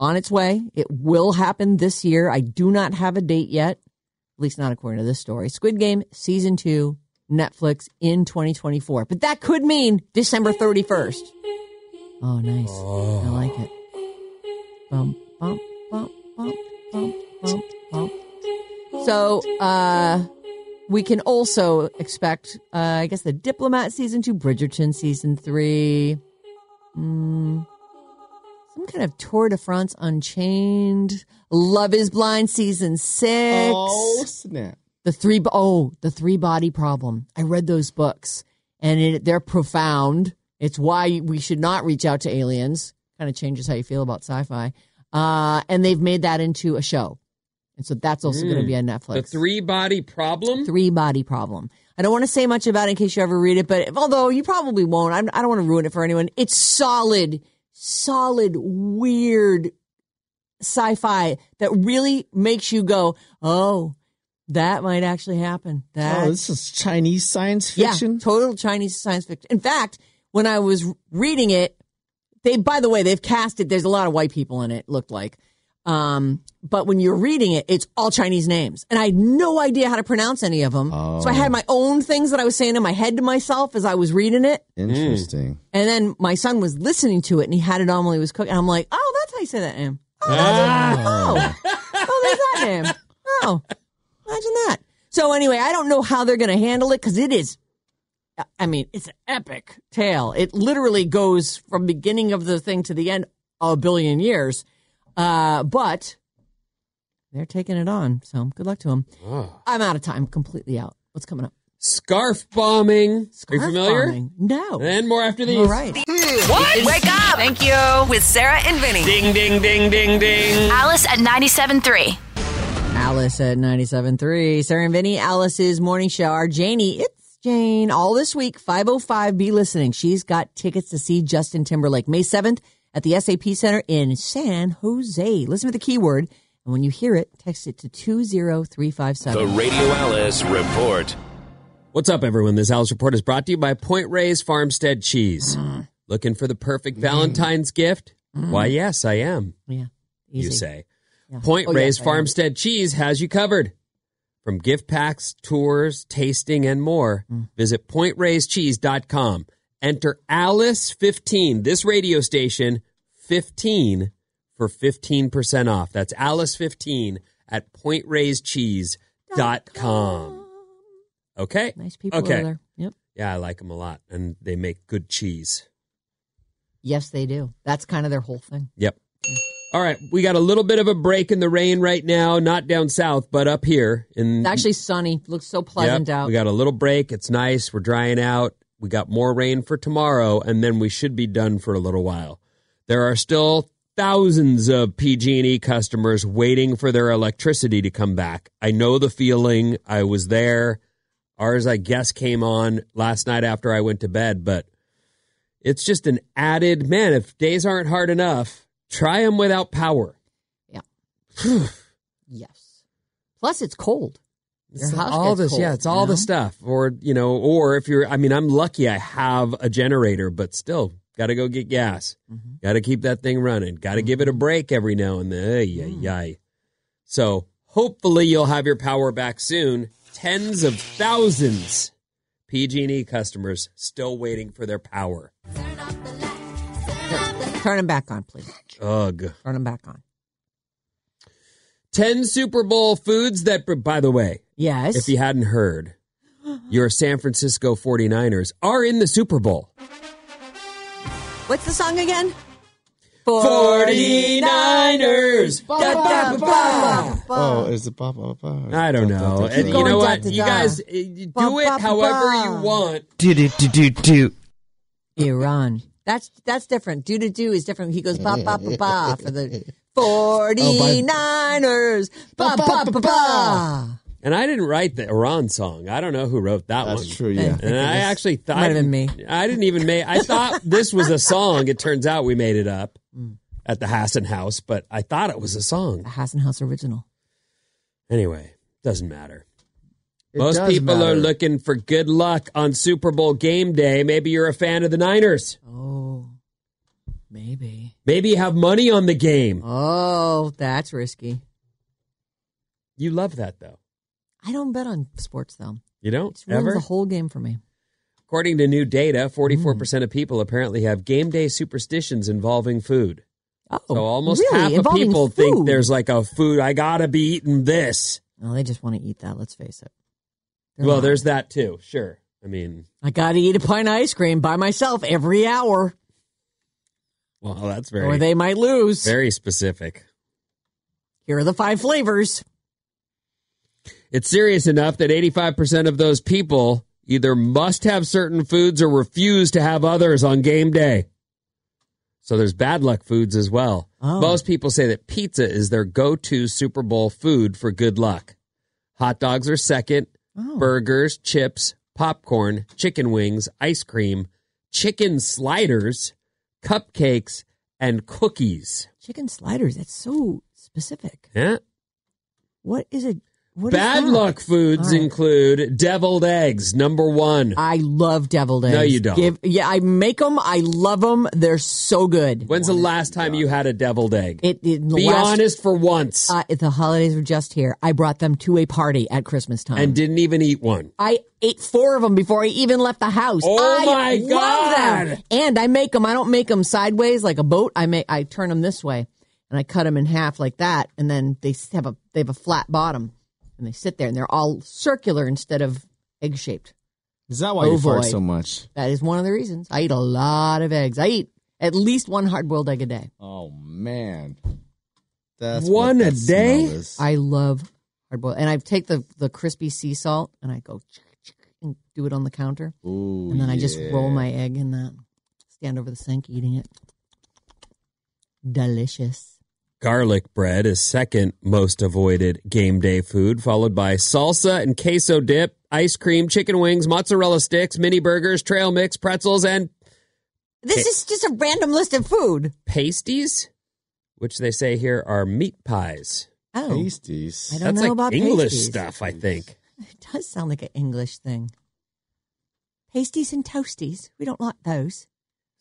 [SPEAKER 6] on its way. It will happen this year. I do not have a date yet, at least not according to this story. Squid Game season two, Netflix in 2024, but that could mean December 31st. Oh, nice! I like it. Bum, bum, bum, bum, bum, bum, bum. So uh, we can also expect, uh, I guess, the Diplomat season two, Bridgerton season three, mm, some kind of Tour de France Unchained, Love Is Blind season six,
[SPEAKER 8] Oh snap!
[SPEAKER 6] the three oh the three body problem. I read those books and it, they're profound. It's why we should not reach out to aliens. Kind of changes how you feel about sci-fi. Uh, and they've made that into a show. And so that's also going to be on Netflix.
[SPEAKER 7] The three body problem.
[SPEAKER 8] Mm-hmm.
[SPEAKER 6] Three body problem. I don't want to say much about it in case you ever read it, but although you probably won't, I'm, I don't want to ruin it for anyone. It's solid, solid, weird sci-fi that really makes you go, "Oh, that might actually happen." That
[SPEAKER 8] Oh, this is Chinese science fiction.
[SPEAKER 6] yeah, total Chinese science fiction. In fact, when I was reading it, they by the way they've cast it. There's a lot of white people in it. Looked like, um, but when you're reading it, it's all Chinese names, and I had no idea how to pronounce any of them. So I had my own things that I was saying in my head to myself as I was reading it,
[SPEAKER 8] Interesting.
[SPEAKER 6] and then my son was listening to it, and he had it on while he was cooking. And I'm like, oh, that's how you say that name. Oh,
[SPEAKER 7] Ah!
[SPEAKER 6] that's how- oh, oh, there's that name. Oh, imagine that. So anyway, I don't know how they're going to handle it because it is I mean, it's an epic tale. It literally goes from beginning of the thing to the end a billion years. Uh, but they're taking it on, so good luck to them. I'm out of time, completely out. What's coming up?
[SPEAKER 7] Scarf bombing. Are you familiar?
[SPEAKER 6] bombing? No.
[SPEAKER 7] And more after these.
[SPEAKER 6] All right.
[SPEAKER 7] What?
[SPEAKER 4] Wake up! Thank you. With Sarah and Vinny.
[SPEAKER 7] Ding, ding, ding, ding, ding.
[SPEAKER 4] Alice at 97.3.
[SPEAKER 6] Alice at 97.3. Sarah and Vinny, Alice's morning show. Our Janie, it's Jane. All this week, 505, be listening. She's got tickets to see Justin Timberlake May 7th at the SAP Center in San Jose. Listen for the keyword, and when you hear it, text it to 20357.
[SPEAKER 11] The Radio Alice Report.
[SPEAKER 7] What's up, everyone? This Alice Report is brought to you by Point Reyes Farmstead Cheese.
[SPEAKER 6] Mm.
[SPEAKER 7] Looking for the perfect Valentine's gift? Why, yes, I am.
[SPEAKER 6] Yeah.
[SPEAKER 7] You
[SPEAKER 6] Mm. Easy.
[SPEAKER 7] say.
[SPEAKER 6] Yeah.
[SPEAKER 7] Point
[SPEAKER 6] Oh,
[SPEAKER 7] Reyes
[SPEAKER 6] yes, I am.
[SPEAKER 7] Farmstead Cheese has you covered. From gift packs, tours, tasting, and more,
[SPEAKER 6] Hmm.
[SPEAKER 7] visit pointraisedcheese.com. Enter Alice15, this radio station, 15 for 15% off. That's Alice15 at pointraisedcheese.com. Okay.
[SPEAKER 6] Nice people
[SPEAKER 7] okay.
[SPEAKER 6] over there. Yep.
[SPEAKER 7] Yeah, I like them a lot, and they make good cheese.
[SPEAKER 6] Yes, they do. That's kind of their whole thing.
[SPEAKER 7] Yep. All right, we got a little bit of a break in the rain right now, not down south, but up here in
[SPEAKER 6] It's actually sunny. Looks so pleasant
[SPEAKER 7] Mm. Yep,
[SPEAKER 6] out.
[SPEAKER 7] We got a little break. It's nice. We're drying out. We got more rain for tomorrow, and then we should be done for a little while. There are still thousands of PG&E E customers waiting for their electricity to come back. I know the feeling. I was there. Ours, I guess, came on last night after I went to bed, but it's just an added man. If days aren't hard enough, try them without power.
[SPEAKER 6] yes. Plus, it's cold. Your
[SPEAKER 7] It's
[SPEAKER 6] house
[SPEAKER 7] all
[SPEAKER 6] gets
[SPEAKER 7] this,
[SPEAKER 6] cold,
[SPEAKER 7] yeah, it's
[SPEAKER 6] you
[SPEAKER 7] all
[SPEAKER 6] know?
[SPEAKER 7] the stuff. Or you know, or if you're, I mean, I'm lucky I have a generator, but still, got to go get gas.
[SPEAKER 6] Mm-hmm.
[SPEAKER 7] Got to keep that thing running. Got to give it a break every now and then. Ay, ay,
[SPEAKER 6] Mm.
[SPEAKER 7] ay. So hopefully you'll have your power back soon. Tens of thousands PG&E E customers still waiting for their power.
[SPEAKER 6] Turn them back on, please.
[SPEAKER 7] Ugh.
[SPEAKER 6] Turn them back on.
[SPEAKER 7] 10 Super Bowl foods that, by the way,
[SPEAKER 6] Yes.
[SPEAKER 7] if you hadn't heard, your San Francisco 49ers are in the Super Bowl.
[SPEAKER 6] What's the song again?
[SPEAKER 7] 49ers.
[SPEAKER 6] Ba, ba, ba, ba, ba.
[SPEAKER 8] Oh, is it Bob? Bob, Bob?
[SPEAKER 7] I don't know. And you know what? You guys uh, you do
[SPEAKER 6] Ba, ba,
[SPEAKER 7] it however
[SPEAKER 6] ba.
[SPEAKER 7] you want.
[SPEAKER 8] Do do do do do.
[SPEAKER 6] Iran. That's that's different. Do to do is different. He goes ba ba ba ba for the
[SPEAKER 7] Oh,
[SPEAKER 6] 49ers. Ba ba ba ba.
[SPEAKER 7] And I didn't write the Iran song. I don't know who wrote that one.
[SPEAKER 8] That's true. Yeah.
[SPEAKER 7] And I actually thought
[SPEAKER 6] Might have been
[SPEAKER 7] I didn't- I didn't even make. I thought this was a song. It turns out we made it up
[SPEAKER 6] Mm.
[SPEAKER 7] at the Hassan House, but I thought it was a
[SPEAKER 6] The
[SPEAKER 7] song.
[SPEAKER 6] Hassan House original.
[SPEAKER 7] Anyway, doesn't matter.
[SPEAKER 8] It
[SPEAKER 7] Most
[SPEAKER 8] does
[SPEAKER 7] people are
[SPEAKER 8] matter.
[SPEAKER 7] looking for good luck on Super Bowl game day. Maybe you're a fan of the Niners.
[SPEAKER 6] Oh, maybe.
[SPEAKER 7] Maybe you have money on the game.
[SPEAKER 6] Oh, that's risky.
[SPEAKER 7] You love that though.
[SPEAKER 6] I don't bet on sports though. It
[SPEAKER 7] You don't
[SPEAKER 6] just ruins
[SPEAKER 7] ever.
[SPEAKER 6] the whole Mm. game for me.
[SPEAKER 7] According to new data, 44% of people apparently have game day superstitions involving food.
[SPEAKER 6] Oh,
[SPEAKER 7] So almost
[SPEAKER 6] really?
[SPEAKER 7] half of
[SPEAKER 6] Involving
[SPEAKER 7] people
[SPEAKER 6] food?
[SPEAKER 7] think there's like a food, I gotta be eating this.
[SPEAKER 6] Oh, they just want to eat that. Let's face it. They're
[SPEAKER 7] Well,
[SPEAKER 6] not.
[SPEAKER 7] there's that too, sure. I mean,
[SPEAKER 6] I got to eat a pint of ice cream by myself every hour,
[SPEAKER 7] well, that's
[SPEAKER 6] or
[SPEAKER 7] very,
[SPEAKER 6] they might lose.
[SPEAKER 7] very specific.
[SPEAKER 6] Here are the five flavors.
[SPEAKER 7] It's serious enough that 85% of those people either must have certain foods or refuse to have others on game day. So there's bad luck foods as well.
[SPEAKER 6] Oh.
[SPEAKER 7] Most people say that pizza is their go to Super Bowl food for good luck. Hot dogs are second,
[SPEAKER 6] Oh,
[SPEAKER 7] burgers, chips, popcorn, chicken wings, ice cream, chicken sliders, cupcakes, and cookies.
[SPEAKER 6] Chicken sliders. That's so specific.
[SPEAKER 7] Yeah.
[SPEAKER 6] What is it? What is
[SPEAKER 7] Bad
[SPEAKER 6] that?
[SPEAKER 7] luck foods
[SPEAKER 6] All right.
[SPEAKER 7] include deviled eggs, number one.
[SPEAKER 6] I love deviled eggs.
[SPEAKER 7] No, you don't.
[SPEAKER 6] Give, yeah, I make them. I love them. They're so good.
[SPEAKER 7] When's the last time you had a deviled egg?
[SPEAKER 6] It, it- the
[SPEAKER 7] Be
[SPEAKER 6] last-
[SPEAKER 7] honest for once.
[SPEAKER 6] Uh, the holidays were just here. I brought them to a party at Christmas time.
[SPEAKER 7] and didn't even eat one.
[SPEAKER 6] I ate four of them before I even left the house.
[SPEAKER 7] Oh
[SPEAKER 6] I
[SPEAKER 7] my
[SPEAKER 6] love them.
[SPEAKER 7] God.
[SPEAKER 6] And I make them. I don't make them sideways like a boat. I make. I turn them this way, and I cut them in half like that, and then they s- have a they have a flat bottom, and they sit there, and they're all circular instead of egg shaped.
[SPEAKER 8] Is that why you fart
[SPEAKER 6] Ovoid.
[SPEAKER 8] so much?
[SPEAKER 6] That is one of the reasons I eat a lot of eggs. I eat at least one hard boiled egg a day.
[SPEAKER 8] Oh man, that's
[SPEAKER 7] One
[SPEAKER 8] what
[SPEAKER 7] a
[SPEAKER 8] that
[SPEAKER 7] day?
[SPEAKER 8] smell is.
[SPEAKER 6] I love hard boiled, and I take the the crispy sea salt and I go and do it on the counter.
[SPEAKER 8] Ooh,
[SPEAKER 6] and then I just
[SPEAKER 7] Oh,
[SPEAKER 6] roll
[SPEAKER 8] yeah.
[SPEAKER 6] my egg in that, stand over the sink eating it. Delicious.
[SPEAKER 7] Garlic bread is second most avoided game day food, followed by salsa and queso dip, ice cream, chicken wings, mozzarella sticks, mini burgers, trail mix, pretzels, and
[SPEAKER 6] This is just a random list of food.
[SPEAKER 7] pasties, which they say here are meat pies.
[SPEAKER 6] Oh, it
[SPEAKER 8] pasties.
[SPEAKER 6] I don't
[SPEAKER 7] That's
[SPEAKER 6] know
[SPEAKER 7] like
[SPEAKER 6] about
[SPEAKER 7] English
[SPEAKER 6] pasties.
[SPEAKER 7] stuff, I think.
[SPEAKER 6] does sound like an English thing. Pasties and toasties. We don't like those.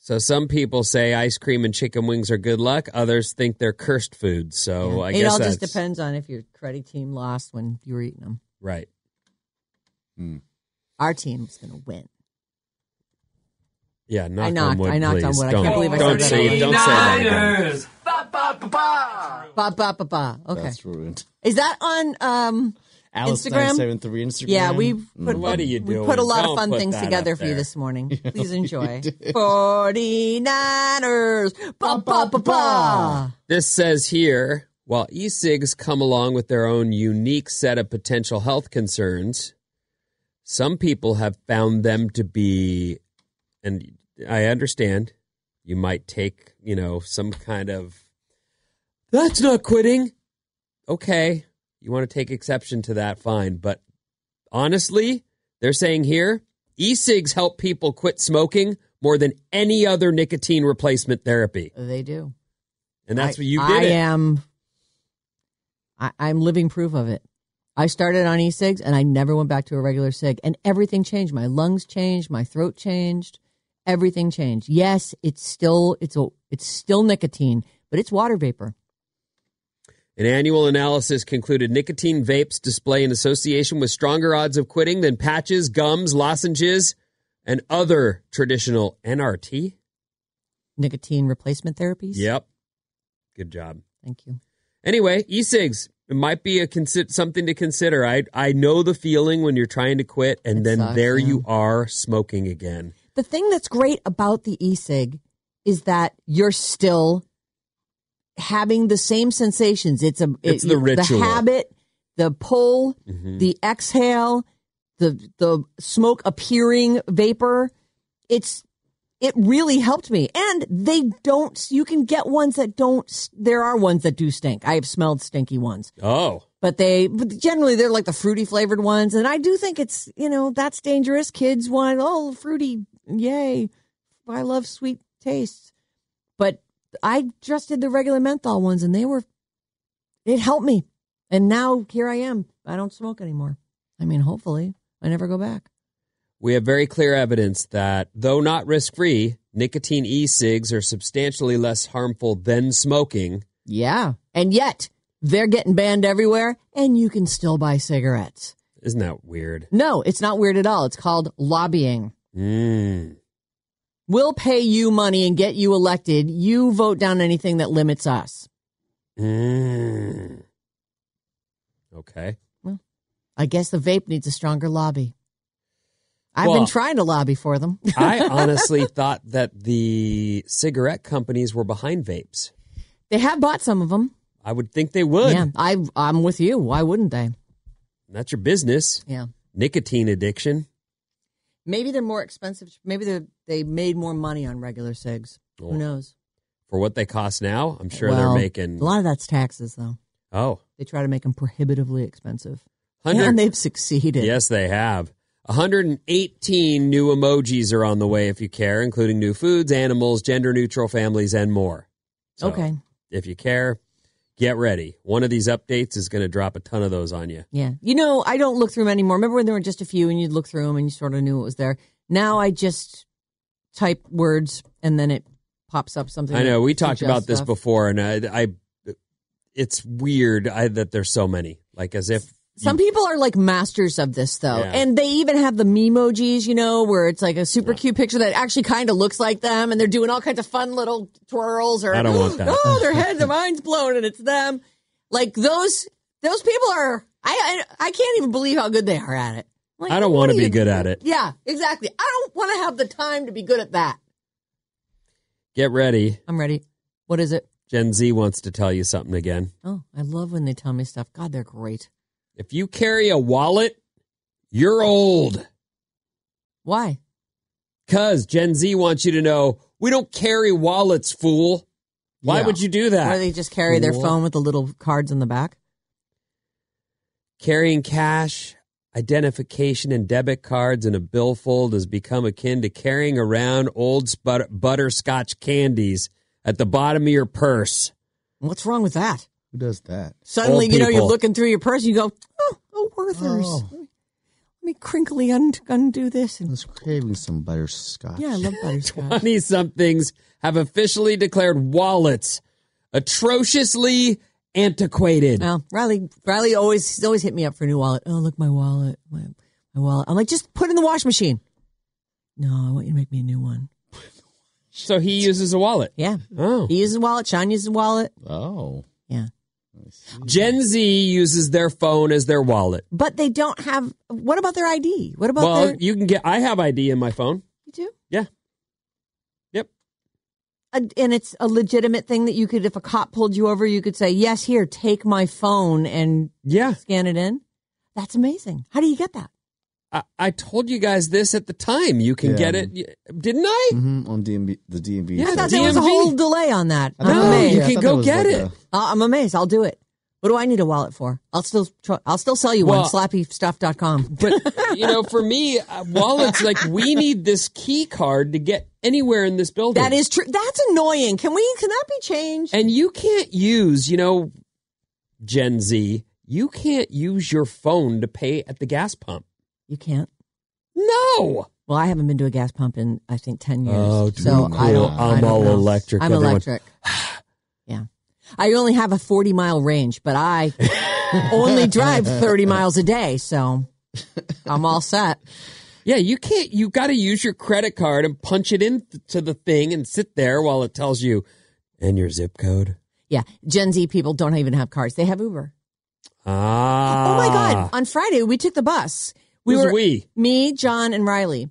[SPEAKER 7] So some people say ice cream and chicken wings are good luck. Others think they're cursed foods. So Oh, I
[SPEAKER 6] it
[SPEAKER 7] guess
[SPEAKER 6] all
[SPEAKER 7] that's
[SPEAKER 6] just depends on if your cruddy team lost when you were eating them.
[SPEAKER 7] Right.
[SPEAKER 6] Our team's going to win.
[SPEAKER 7] Yeah. Knock
[SPEAKER 6] I
[SPEAKER 7] on
[SPEAKER 6] knocked-
[SPEAKER 7] wood,
[SPEAKER 6] I knocked on
[SPEAKER 7] please.
[SPEAKER 6] wood. I
[SPEAKER 7] Don't-
[SPEAKER 6] can't believe I
[SPEAKER 7] don't
[SPEAKER 6] said that
[SPEAKER 7] say,
[SPEAKER 6] out
[SPEAKER 7] Don't
[SPEAKER 6] loud.
[SPEAKER 7] say that. again.
[SPEAKER 6] Ba ba ba ba. Okay.
[SPEAKER 8] That's rude.
[SPEAKER 6] Is that on um
[SPEAKER 8] Alice
[SPEAKER 6] Instagram?
[SPEAKER 8] 973 Instagram. Mm.
[SPEAKER 6] Yeah, we put,
[SPEAKER 7] What are you
[SPEAKER 6] we
[SPEAKER 7] doing?
[SPEAKER 6] put a lot
[SPEAKER 7] Don't
[SPEAKER 6] of fun
[SPEAKER 7] put
[SPEAKER 6] things
[SPEAKER 7] that
[SPEAKER 6] together
[SPEAKER 7] up
[SPEAKER 6] for you
[SPEAKER 7] there.
[SPEAKER 6] this morning. Please enjoy.
[SPEAKER 8] did.
[SPEAKER 6] 49ers. Ba, ba, ba, ba.
[SPEAKER 7] This says here while e cigs come along with their own unique set of potential health concerns, some people have found them to be, and I understand you might take, you know, some kind of, that's not quitting. Okay. You want to take exception to that, fine. But honestly, they're saying here e cigs help people quit smoking more than any other nicotine replacement therapy.
[SPEAKER 6] They do.
[SPEAKER 7] And
[SPEAKER 6] I,
[SPEAKER 7] that's what you did.
[SPEAKER 6] I
[SPEAKER 7] it.
[SPEAKER 6] am. I, I'm living proof of it. I started on e-cigs and I never went back to a regular cig, and everything changed. My lungs changed, my throat changed, everything changed. Yes, it's still it's a it's still nicotine, but it's water vapor.
[SPEAKER 7] An annual analysis concluded nicotine vapes display an association with stronger odds of quitting than patches, gums, lozenges, and other traditional NRT.
[SPEAKER 6] Nicotine replacement therapies.
[SPEAKER 7] Yep. Good job.
[SPEAKER 6] Thank you.
[SPEAKER 7] Anyway, e-cigs it might be a consi- something to consider. I I know the feeling when you're trying to quit and
[SPEAKER 6] It
[SPEAKER 7] then
[SPEAKER 6] sucks,
[SPEAKER 7] there
[SPEAKER 6] yeah.
[SPEAKER 7] you are smoking again.
[SPEAKER 6] The thing that's great about the e-cig is that you're still having the same sensations. It's a
[SPEAKER 7] It's the ritual.
[SPEAKER 6] the habit, the pull,
[SPEAKER 7] Mhm.
[SPEAKER 6] the exhale, the the smoke appearing vapor. It's it really helped me, and they don't. You can get ones that don't. There are ones that do stink. I have smelled stinky ones
[SPEAKER 7] Oh.
[SPEAKER 6] but they but generally they're like the fruity flavored ones and i do think it's you know that's dangerous kids want oh fruity yay i love sweet tastes but i just did the regular menthol ones and they were it helped me and now here i am i don't smoke anymore i mean hopefully i never go back
[SPEAKER 7] We have very clear evidence that, though not risk free, nicotine e cigs are substantially less harmful than smoking.
[SPEAKER 6] yeah and yet they're getting banned everywhere and you can still buy cigarettes
[SPEAKER 7] Isn't that weird?
[SPEAKER 6] no it's not weird at all it's called lobbying
[SPEAKER 7] Mm.
[SPEAKER 6] We'll pay you money and get you elected. You vote down anything that limits us.
[SPEAKER 7] Mm. Okay.
[SPEAKER 6] I guess the vape needs a stronger lobby. I've
[SPEAKER 7] Well-
[SPEAKER 6] been trying to lobby for them.
[SPEAKER 7] I honestly thought that the cigarette companies were behind vapes.
[SPEAKER 6] they have bought some of them.
[SPEAKER 7] I would think they would.
[SPEAKER 6] Yeah, I, I'm with you. Why wouldn't they?
[SPEAKER 7] That's your business.
[SPEAKER 6] Yeah.
[SPEAKER 7] Nicotine addiction.
[SPEAKER 6] Maybe they're more expensive. Maybe they they made more money on regular cigs.
[SPEAKER 7] Oh.
[SPEAKER 6] Who knows?
[SPEAKER 7] for what they cost now. I'm sure
[SPEAKER 6] Well,
[SPEAKER 7] they're making
[SPEAKER 6] a lot of that's taxes, though.
[SPEAKER 7] oh
[SPEAKER 6] They try to make them prohibitively expensive,
[SPEAKER 7] 100
[SPEAKER 6] and they've succeeded.
[SPEAKER 7] Yes, they have. 118 new emojis are on the way if you care, including new foods, animals, gender neutral families, and more. So,
[SPEAKER 6] okay.
[SPEAKER 7] If you care, get ready. One of these updates is going to drop a ton of those on you.
[SPEAKER 6] Yeah. You know, I don't look through them anymore. Remember when there were just a few and you'd look through them and you sort of knew it was there? Now I just type words and then it pops up something.
[SPEAKER 7] I know
[SPEAKER 6] that
[SPEAKER 7] we talked about
[SPEAKER 6] suggests
[SPEAKER 7] this
[SPEAKER 6] stuff.
[SPEAKER 7] before, and I, I it's weird I, that there's so many. Like as if
[SPEAKER 6] Some people are like masters of this though.
[SPEAKER 7] Yeah.
[SPEAKER 6] And they even have the memojis, you know, where it's like a super cute picture that actually kind of looks like them and they're doing all kinds of fun little twirls or
[SPEAKER 7] I don't want that.
[SPEAKER 6] oh, their head, their mind's blown and it's them. Like those those people are I I, I can't even believe how good they are at it. Like,
[SPEAKER 7] I don't
[SPEAKER 6] what
[SPEAKER 7] want
[SPEAKER 6] are
[SPEAKER 7] to be
[SPEAKER 6] you
[SPEAKER 7] good at it.
[SPEAKER 6] Yeah, exactly. I don't want to have the time to be good at that.
[SPEAKER 7] Get ready.
[SPEAKER 6] I'm ready. What is it?
[SPEAKER 7] Gen Z wants to tell you something again.
[SPEAKER 6] Oh, I love when they tell me stuff. God, they're great.
[SPEAKER 7] If you carry a wallet, you're old.
[SPEAKER 6] Why?
[SPEAKER 7] Because Gen Z wants you to know we don't carry wallets, fool. Why
[SPEAKER 6] Yeah.
[SPEAKER 7] would you do that?
[SPEAKER 6] Or they just carry their
[SPEAKER 7] Cool.
[SPEAKER 6] phone with the little cards in the back.
[SPEAKER 7] Carrying cash, identification, and debit cards in a billfold has become akin to carrying around old sput- butterscotch candies at the bottom of your purse.
[SPEAKER 6] What's wrong with that?
[SPEAKER 8] Who does that?
[SPEAKER 6] Suddenly,
[SPEAKER 7] Old
[SPEAKER 6] you know, you're
[SPEAKER 7] people.
[SPEAKER 6] looking through your purse and you go, oh, oh Werther's.
[SPEAKER 8] Oh.
[SPEAKER 6] Let me- let me crinkly un- undo this. And
[SPEAKER 8] I was craving some butterscotch.
[SPEAKER 6] yeah, I love butterscotch.
[SPEAKER 7] 20 somethings have officially declared wallets atrociously antiquated.
[SPEAKER 6] Well, Riley, Riley always he's always hit me up for a new wallet. Oh, look, my wallet, my, my wallet. I'm like, just put it in the wash machine. No, I want you to make me a new one.
[SPEAKER 7] So he uses a wallet.
[SPEAKER 6] Yeah,
[SPEAKER 7] Oh.
[SPEAKER 6] he uses a wallet. Sean uses a wallet.
[SPEAKER 8] Oh.
[SPEAKER 6] Yeah,
[SPEAKER 7] Gen Z uses their phone as their wallet.
[SPEAKER 6] but they don't have. What about their ID? What about
[SPEAKER 7] Well,
[SPEAKER 6] their?
[SPEAKER 7] you can get, I have ID in my phone.
[SPEAKER 6] You do?
[SPEAKER 7] Yeah. Yep.
[SPEAKER 6] A- and it's a legitimate thing that you could, if a cop pulled you over, you could say, "Yes, here, take my phone and
[SPEAKER 7] Yeah.
[SPEAKER 6] scan it in." That's amazing. How do you get that?
[SPEAKER 7] I, I told you guys this at the time. You can
[SPEAKER 8] Yeah.
[SPEAKER 7] get it, y- didn't I?
[SPEAKER 8] hmm on DMV, the DMV.
[SPEAKER 7] Yeah,
[SPEAKER 6] I
[SPEAKER 8] site.
[SPEAKER 6] thought there was a
[SPEAKER 7] DMV.
[SPEAKER 6] whole delay on that.
[SPEAKER 8] I thought
[SPEAKER 6] I'm
[SPEAKER 7] No,
[SPEAKER 8] that was-
[SPEAKER 6] amazed.
[SPEAKER 7] you
[SPEAKER 8] yeah, I
[SPEAKER 7] can
[SPEAKER 8] thought that
[SPEAKER 7] go
[SPEAKER 8] was
[SPEAKER 7] get it.
[SPEAKER 8] a-
[SPEAKER 6] Uh, I'm amazed. I'll do it. What do I need a wallet for? I'll still tr- I'll still sell you
[SPEAKER 7] Well-
[SPEAKER 6] one. Slappystuff.com.
[SPEAKER 7] But you know, for me, uh, wallets like we need this key card to get anywhere in this building.
[SPEAKER 6] That is true. That's annoying. Can we? Can that be changed?
[SPEAKER 7] and you can't use, you know, Gen Z. You can't use your phone to pay at the gas pump.
[SPEAKER 6] You can't.
[SPEAKER 7] No.
[SPEAKER 6] Well, I haven't been to a gas pump in I think ten years.
[SPEAKER 7] Oh, dude,
[SPEAKER 6] so I
[SPEAKER 7] cool.
[SPEAKER 6] don't, I
[SPEAKER 7] I'm
[SPEAKER 6] don't
[SPEAKER 7] all
[SPEAKER 6] know.
[SPEAKER 7] electric,
[SPEAKER 6] I'm
[SPEAKER 7] everyone.
[SPEAKER 6] electric. yeah, I only have a forty mile range, but I only drive thirty miles a day, so I'm all set.
[SPEAKER 7] Yeah, you can't. You got to use your credit card and punch it into the thing and sit there while it tells you and your zip code.
[SPEAKER 6] Yeah, Gen Z people don't even have cars; they have Uber.
[SPEAKER 7] Ah.
[SPEAKER 6] Oh my god! On Friday, we took the bus. We
[SPEAKER 7] Who's
[SPEAKER 6] were
[SPEAKER 7] we?
[SPEAKER 6] me, John, and Riley.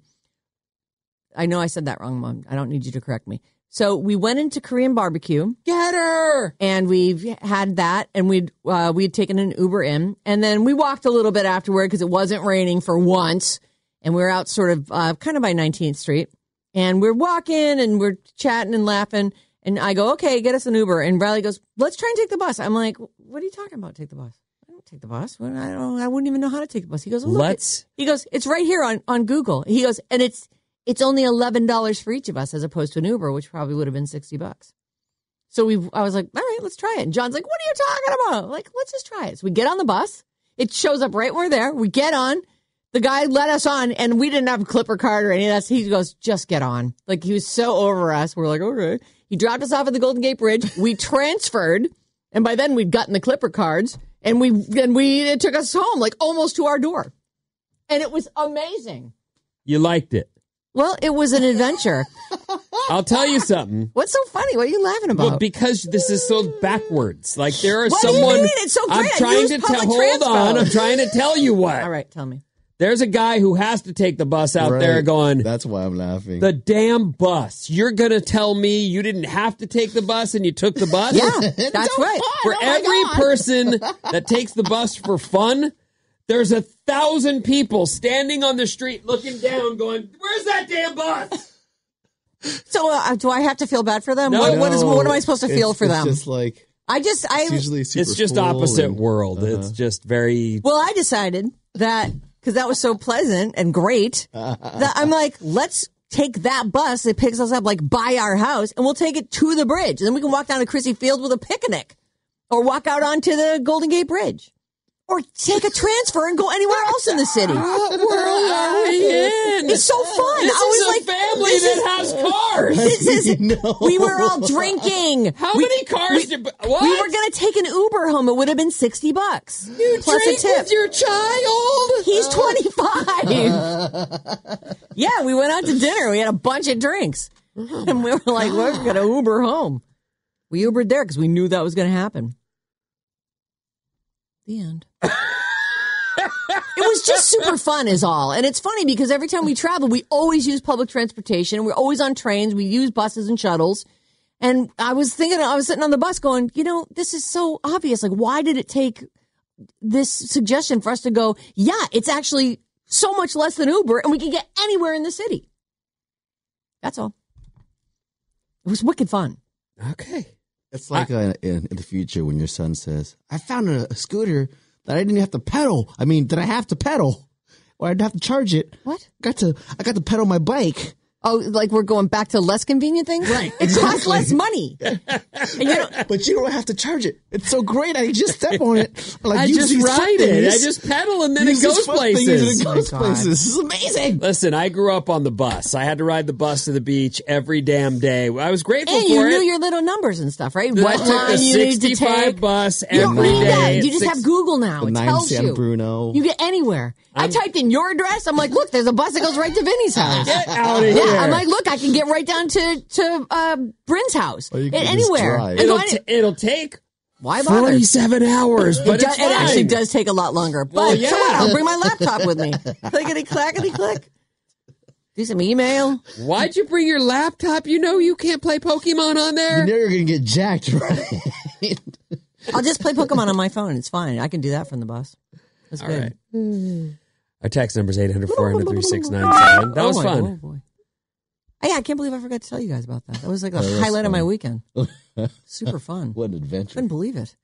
[SPEAKER 6] I know I said that wrong, Mom. I don't need you to correct me. So we went into Korean barbecue
[SPEAKER 7] Get her.
[SPEAKER 6] and we had that, and we'd uh, we'd taken an Uber in, and then we walked a little bit afterward because it wasn't raining for once, and we were out sort of uh, kind of by 19th Street, and we're walking and we're chatting and laughing, and I go, okay, get us an Uber, and Riley goes, let's try and take the bus. I'm like, what are you talking about? Take the bus? I don't take the bus. Well, I don't. I wouldn't even know how to take the bus. He goes, well, look,
[SPEAKER 7] Let's-
[SPEAKER 6] it- He goes, it's right here on on Google. He goes, and it's. It's only eleven dollars for each of us, as opposed to an Uber, which probably would have been sixty bucks. So we, I was like, all right, let's try it. And John's like, what are you talking about? Like, let's just try it. So we get on the bus. It shows up right where we're there. We get on. The guy let us on, and we didn't have a clipper card or any of that. So he goes, just get on. Like he was so over us. We're like, okay. He dropped us off at the Golden Gate Bridge. We transferred, and by then we'd gotten the clipper cards, and we then we it took us home, like almost to our door, and it was amazing.
[SPEAKER 7] You liked it.
[SPEAKER 6] Well, it was an adventure. Oh.
[SPEAKER 7] I'll tell you something.
[SPEAKER 6] What's so funny? What are you laughing about?
[SPEAKER 7] Well, because this is so backwards. Like there are
[SPEAKER 6] What do you
[SPEAKER 7] someone.
[SPEAKER 6] mean? It's so great.
[SPEAKER 7] I'm
[SPEAKER 6] I
[SPEAKER 7] trying
[SPEAKER 6] use
[SPEAKER 7] to tell.
[SPEAKER 6] public
[SPEAKER 7] Hold
[SPEAKER 6] transport.
[SPEAKER 7] on. I'm trying to tell you what.
[SPEAKER 6] all right, tell me.
[SPEAKER 7] There's a guy who has to take the bus out
[SPEAKER 8] Right.
[SPEAKER 7] there going.
[SPEAKER 8] That's why I'm laughing.
[SPEAKER 7] The damn bus. You're going to tell me you didn't have to take the bus and you took the bus?
[SPEAKER 6] Yeah, Ah, oh that's right.
[SPEAKER 7] For every person that takes the bus for fun, there's a thousand people standing on the street looking down going, Where's that damn bus?
[SPEAKER 6] So uh, do I have to feel bad for them?
[SPEAKER 7] No.
[SPEAKER 6] What, what is what am I supposed to
[SPEAKER 7] No,
[SPEAKER 6] feel
[SPEAKER 7] it's-
[SPEAKER 6] for
[SPEAKER 7] it's
[SPEAKER 6] them?
[SPEAKER 7] just
[SPEAKER 8] like
[SPEAKER 6] I just I
[SPEAKER 7] it's just opposite world.
[SPEAKER 6] uh-huh.
[SPEAKER 7] It's just very
[SPEAKER 6] Well, I decided that because that was so pleasant and great that I'm like, let's take that bus that picks us up like by our house and we'll take it to the bridge. And then we can walk down to Chrissy Field with a picnic or walk out onto the Golden Gate Bridge or take a transfer and go anywhere else in the city.
[SPEAKER 9] What world are we in?
[SPEAKER 6] It's so fun.
[SPEAKER 9] This
[SPEAKER 6] I was
[SPEAKER 9] is a
[SPEAKER 6] like,
[SPEAKER 9] family
[SPEAKER 6] this
[SPEAKER 9] that
[SPEAKER 6] is-
[SPEAKER 9] has cars.
[SPEAKER 6] This is,
[SPEAKER 9] No.
[SPEAKER 6] we were all drinking.
[SPEAKER 9] How
[SPEAKER 6] We-
[SPEAKER 9] many cars
[SPEAKER 6] we-
[SPEAKER 9] did- what?
[SPEAKER 6] We were going to take an Uber home. It would have been 60 bucks. You plus
[SPEAKER 9] drink
[SPEAKER 6] a tip.
[SPEAKER 9] with your child?
[SPEAKER 6] He's 25. yeah, we went out to dinner. We had a bunch of drinks. and we were like, we're going to Uber home. We Ubered there because we knew that was going to happen. The end. it was just super fun, is all. And it's funny because every time we travel, we always use public transportation. We're always on trains. We use buses and shuttles. And I was thinking, I was sitting on the bus going, you know, this is so obvious. Like, why did it take this suggestion for us to go, yeah, it's actually so much less than Uber and we can get anywhere in the city. That's all. It was wicked fun.
[SPEAKER 7] Okay.
[SPEAKER 8] It's like uh in, in the future when your son says, "I found a, a scooter that I didn't have to pedal. I mean, that I have to pedal, or I'd have to charge it.
[SPEAKER 6] What?
[SPEAKER 8] Got to? I got to pedal my bike.
[SPEAKER 6] Oh, like we're going back to less convenient things? Right. It costs
[SPEAKER 8] exactly.
[SPEAKER 6] less money.
[SPEAKER 8] but you don't have to charge it. It's so great. I just step on it.
[SPEAKER 7] I
[SPEAKER 8] use
[SPEAKER 7] just
[SPEAKER 8] these foot
[SPEAKER 7] ride it. I
[SPEAKER 8] things.
[SPEAKER 7] just pedal and then
[SPEAKER 8] Use
[SPEAKER 7] it
[SPEAKER 8] these
[SPEAKER 7] goes
[SPEAKER 8] foot things and it
[SPEAKER 7] places.
[SPEAKER 8] goes Oh my God. places. This is amazing.
[SPEAKER 7] Listen, I grew up on the bus. I had to ride the bus to the beach every damn day. I was grateful
[SPEAKER 6] And
[SPEAKER 7] for
[SPEAKER 6] you
[SPEAKER 7] it.
[SPEAKER 6] knew your little numbers and stuff, right?
[SPEAKER 7] Then I
[SPEAKER 6] What
[SPEAKER 7] took the
[SPEAKER 6] line you need to
[SPEAKER 7] 65
[SPEAKER 6] take.
[SPEAKER 7] bus
[SPEAKER 6] You don't
[SPEAKER 7] every
[SPEAKER 6] need
[SPEAKER 7] day
[SPEAKER 6] that.
[SPEAKER 7] at
[SPEAKER 6] You just
[SPEAKER 7] six-
[SPEAKER 6] have Google now.
[SPEAKER 8] The
[SPEAKER 6] It
[SPEAKER 8] nine
[SPEAKER 6] tells
[SPEAKER 8] San
[SPEAKER 6] you.
[SPEAKER 8] Bruno.
[SPEAKER 6] You get anywhere. i typed in your address. I'm like, look, there's a bus that goes right to Vinny's house.
[SPEAKER 9] Get outta
[SPEAKER 6] Yeah,
[SPEAKER 9] here.
[SPEAKER 6] I'm like, look, I can get right down to to uh, Bryn's house.
[SPEAKER 9] Or you
[SPEAKER 6] And
[SPEAKER 9] can just
[SPEAKER 6] anywhere.
[SPEAKER 9] drive.
[SPEAKER 6] I go
[SPEAKER 9] It'll
[SPEAKER 6] any-
[SPEAKER 9] ta-
[SPEAKER 7] it'll take
[SPEAKER 6] why bother?
[SPEAKER 7] 47 hours,
[SPEAKER 6] It
[SPEAKER 7] but
[SPEAKER 6] do-
[SPEAKER 7] it's
[SPEAKER 6] it actually
[SPEAKER 7] fine.
[SPEAKER 6] does take a lot longer. But
[SPEAKER 7] Well, yeah.
[SPEAKER 6] come on, I'll bring my laptop with me. Clickety clackety click. Do some email.
[SPEAKER 7] Why'd you bring your laptop? You know you can't play Pokemon on there.
[SPEAKER 8] You know you're gonna get jacked, right?
[SPEAKER 6] I'll just play Pokemon on my phone. It's fine. I can do that from the bus. That's
[SPEAKER 7] All
[SPEAKER 6] good.
[SPEAKER 7] right. Our text number is 800 400 3697. That
[SPEAKER 6] Oh
[SPEAKER 7] was
[SPEAKER 6] my-
[SPEAKER 7] fun.
[SPEAKER 6] oh boy. Oh, yeah, I can't believe I forgot to tell you guys about that. That was like a
[SPEAKER 8] That was
[SPEAKER 6] highlight of my
[SPEAKER 8] fun.
[SPEAKER 6] weekend. Super fun.
[SPEAKER 8] What an adventure!
[SPEAKER 6] Couldn't believe it.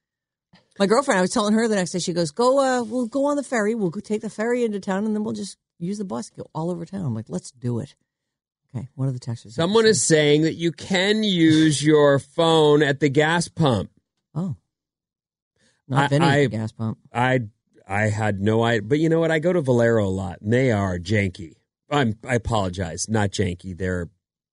[SPEAKER 6] My girlfriend, I was telling her the next day, she goes, "Go, uh, we'll go on the ferry. We'll go take the ferry into town, and then we'll just use the bus, go all over town." I'm like, "Let's do it." Okay, one of the texters.
[SPEAKER 7] Someone is saying that you can use your phone at the gas pump.
[SPEAKER 6] Oh. Not Vinny at the gas pump.
[SPEAKER 7] I I had no idea, but you know what? I go to Valero a lot, and they are janky. I'm I apologize, not janky. They're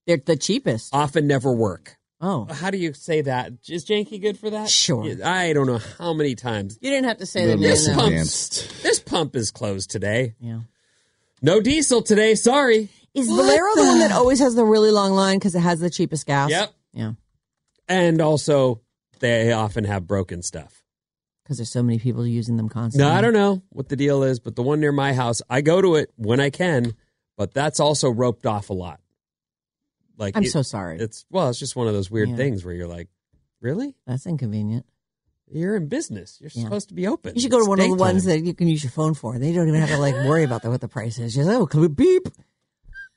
[SPEAKER 6] they're the cheapest.
[SPEAKER 7] Often never work.
[SPEAKER 6] Oh,
[SPEAKER 7] How do you say that? Is janky good for that?
[SPEAKER 6] Sure.
[SPEAKER 7] Yeah, I don't know how many times.
[SPEAKER 6] you didn't have to say
[SPEAKER 7] Well,
[SPEAKER 6] that. name,
[SPEAKER 7] this
[SPEAKER 6] though.
[SPEAKER 7] pump's, this pump is closed today.
[SPEAKER 6] Yeah.
[SPEAKER 7] No diesel today. Sorry.
[SPEAKER 6] Is Valero the one that always has the really long line because it has the cheapest gas?
[SPEAKER 7] Yep.
[SPEAKER 6] Yeah.
[SPEAKER 7] And also, they often have broken stuff.
[SPEAKER 6] Because there's so many people using them constantly.
[SPEAKER 7] No, I don't know what the deal is, but the one near my house, I go to it when I can, but that's also roped off a lot. Like
[SPEAKER 6] I'm
[SPEAKER 7] it-
[SPEAKER 6] so sorry.
[SPEAKER 7] It's well, it's just one of those weird
[SPEAKER 6] Yeah.
[SPEAKER 7] things where you're like, really?
[SPEAKER 6] That's inconvenient.
[SPEAKER 7] You're in business. You're
[SPEAKER 6] Yeah.
[SPEAKER 7] supposed to be open.
[SPEAKER 6] You should go to
[SPEAKER 7] It's
[SPEAKER 6] one of the ones
[SPEAKER 7] daytime.
[SPEAKER 6] that you can use your phone for. They don't even have to like worry about the, what the price is. Just oh, click, beep.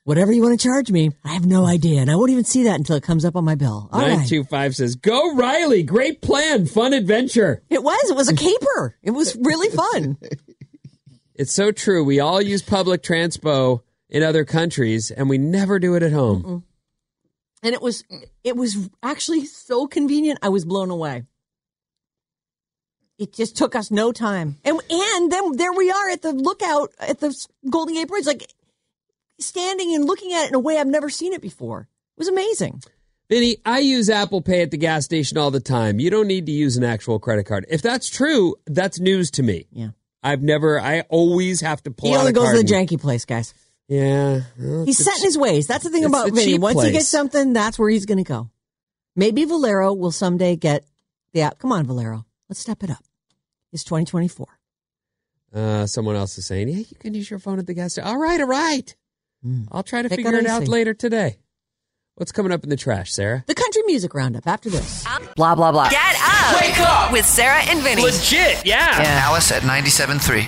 [SPEAKER 6] Whatever you want to charge me, I have no idea, and I won't even see that until it comes up on my bill. All right.
[SPEAKER 7] 925 says, "Go Riley, great plan, fun adventure."
[SPEAKER 6] It was. It was a caper. It was really fun.
[SPEAKER 7] It's so true. We all use public transpo in other countries and we never do it at home.
[SPEAKER 6] and it was it was actually so convenient i was blown away it just took us no time and and then there we are at the lookout at the golden gate bridge like standing and looking at it in a way i've never seen it before it was amazing
[SPEAKER 7] Vinny, I use Apple Pay at the gas station all the time. You don't need to use an actual credit card. If that's true, that's news to me.
[SPEAKER 6] Yeah.
[SPEAKER 7] I've never, I always have to pull
[SPEAKER 6] he
[SPEAKER 7] out
[SPEAKER 6] only
[SPEAKER 7] a
[SPEAKER 6] goes
[SPEAKER 7] card
[SPEAKER 6] to
[SPEAKER 7] and-
[SPEAKER 6] the janky place guys
[SPEAKER 7] Yeah. well,
[SPEAKER 6] he's
[SPEAKER 7] it's a
[SPEAKER 6] set in his ways that's the thing
[SPEAKER 7] it's
[SPEAKER 6] about
[SPEAKER 7] the
[SPEAKER 6] vinny
[SPEAKER 7] cheap
[SPEAKER 6] once he gets
[SPEAKER 7] place.
[SPEAKER 6] something that's where he's going to go maybe valero will someday get the app come on valero let's step it up it's 2024
[SPEAKER 7] cheap- Uh, someone else is saying, hey, you can use your phone at the gas station. All right, all right.
[SPEAKER 6] Hmm.
[SPEAKER 7] I'll try to
[SPEAKER 6] Take
[SPEAKER 7] figure
[SPEAKER 6] it
[SPEAKER 7] it out
[SPEAKER 6] easy.
[SPEAKER 7] later today. What's coming up in the trash, Sarah?
[SPEAKER 6] the country music roundup after this blah blah blah
[SPEAKER 4] Get up. Wake up. With Sarah and Vinny.
[SPEAKER 5] Legit, yeah.
[SPEAKER 12] Alice at 97.3.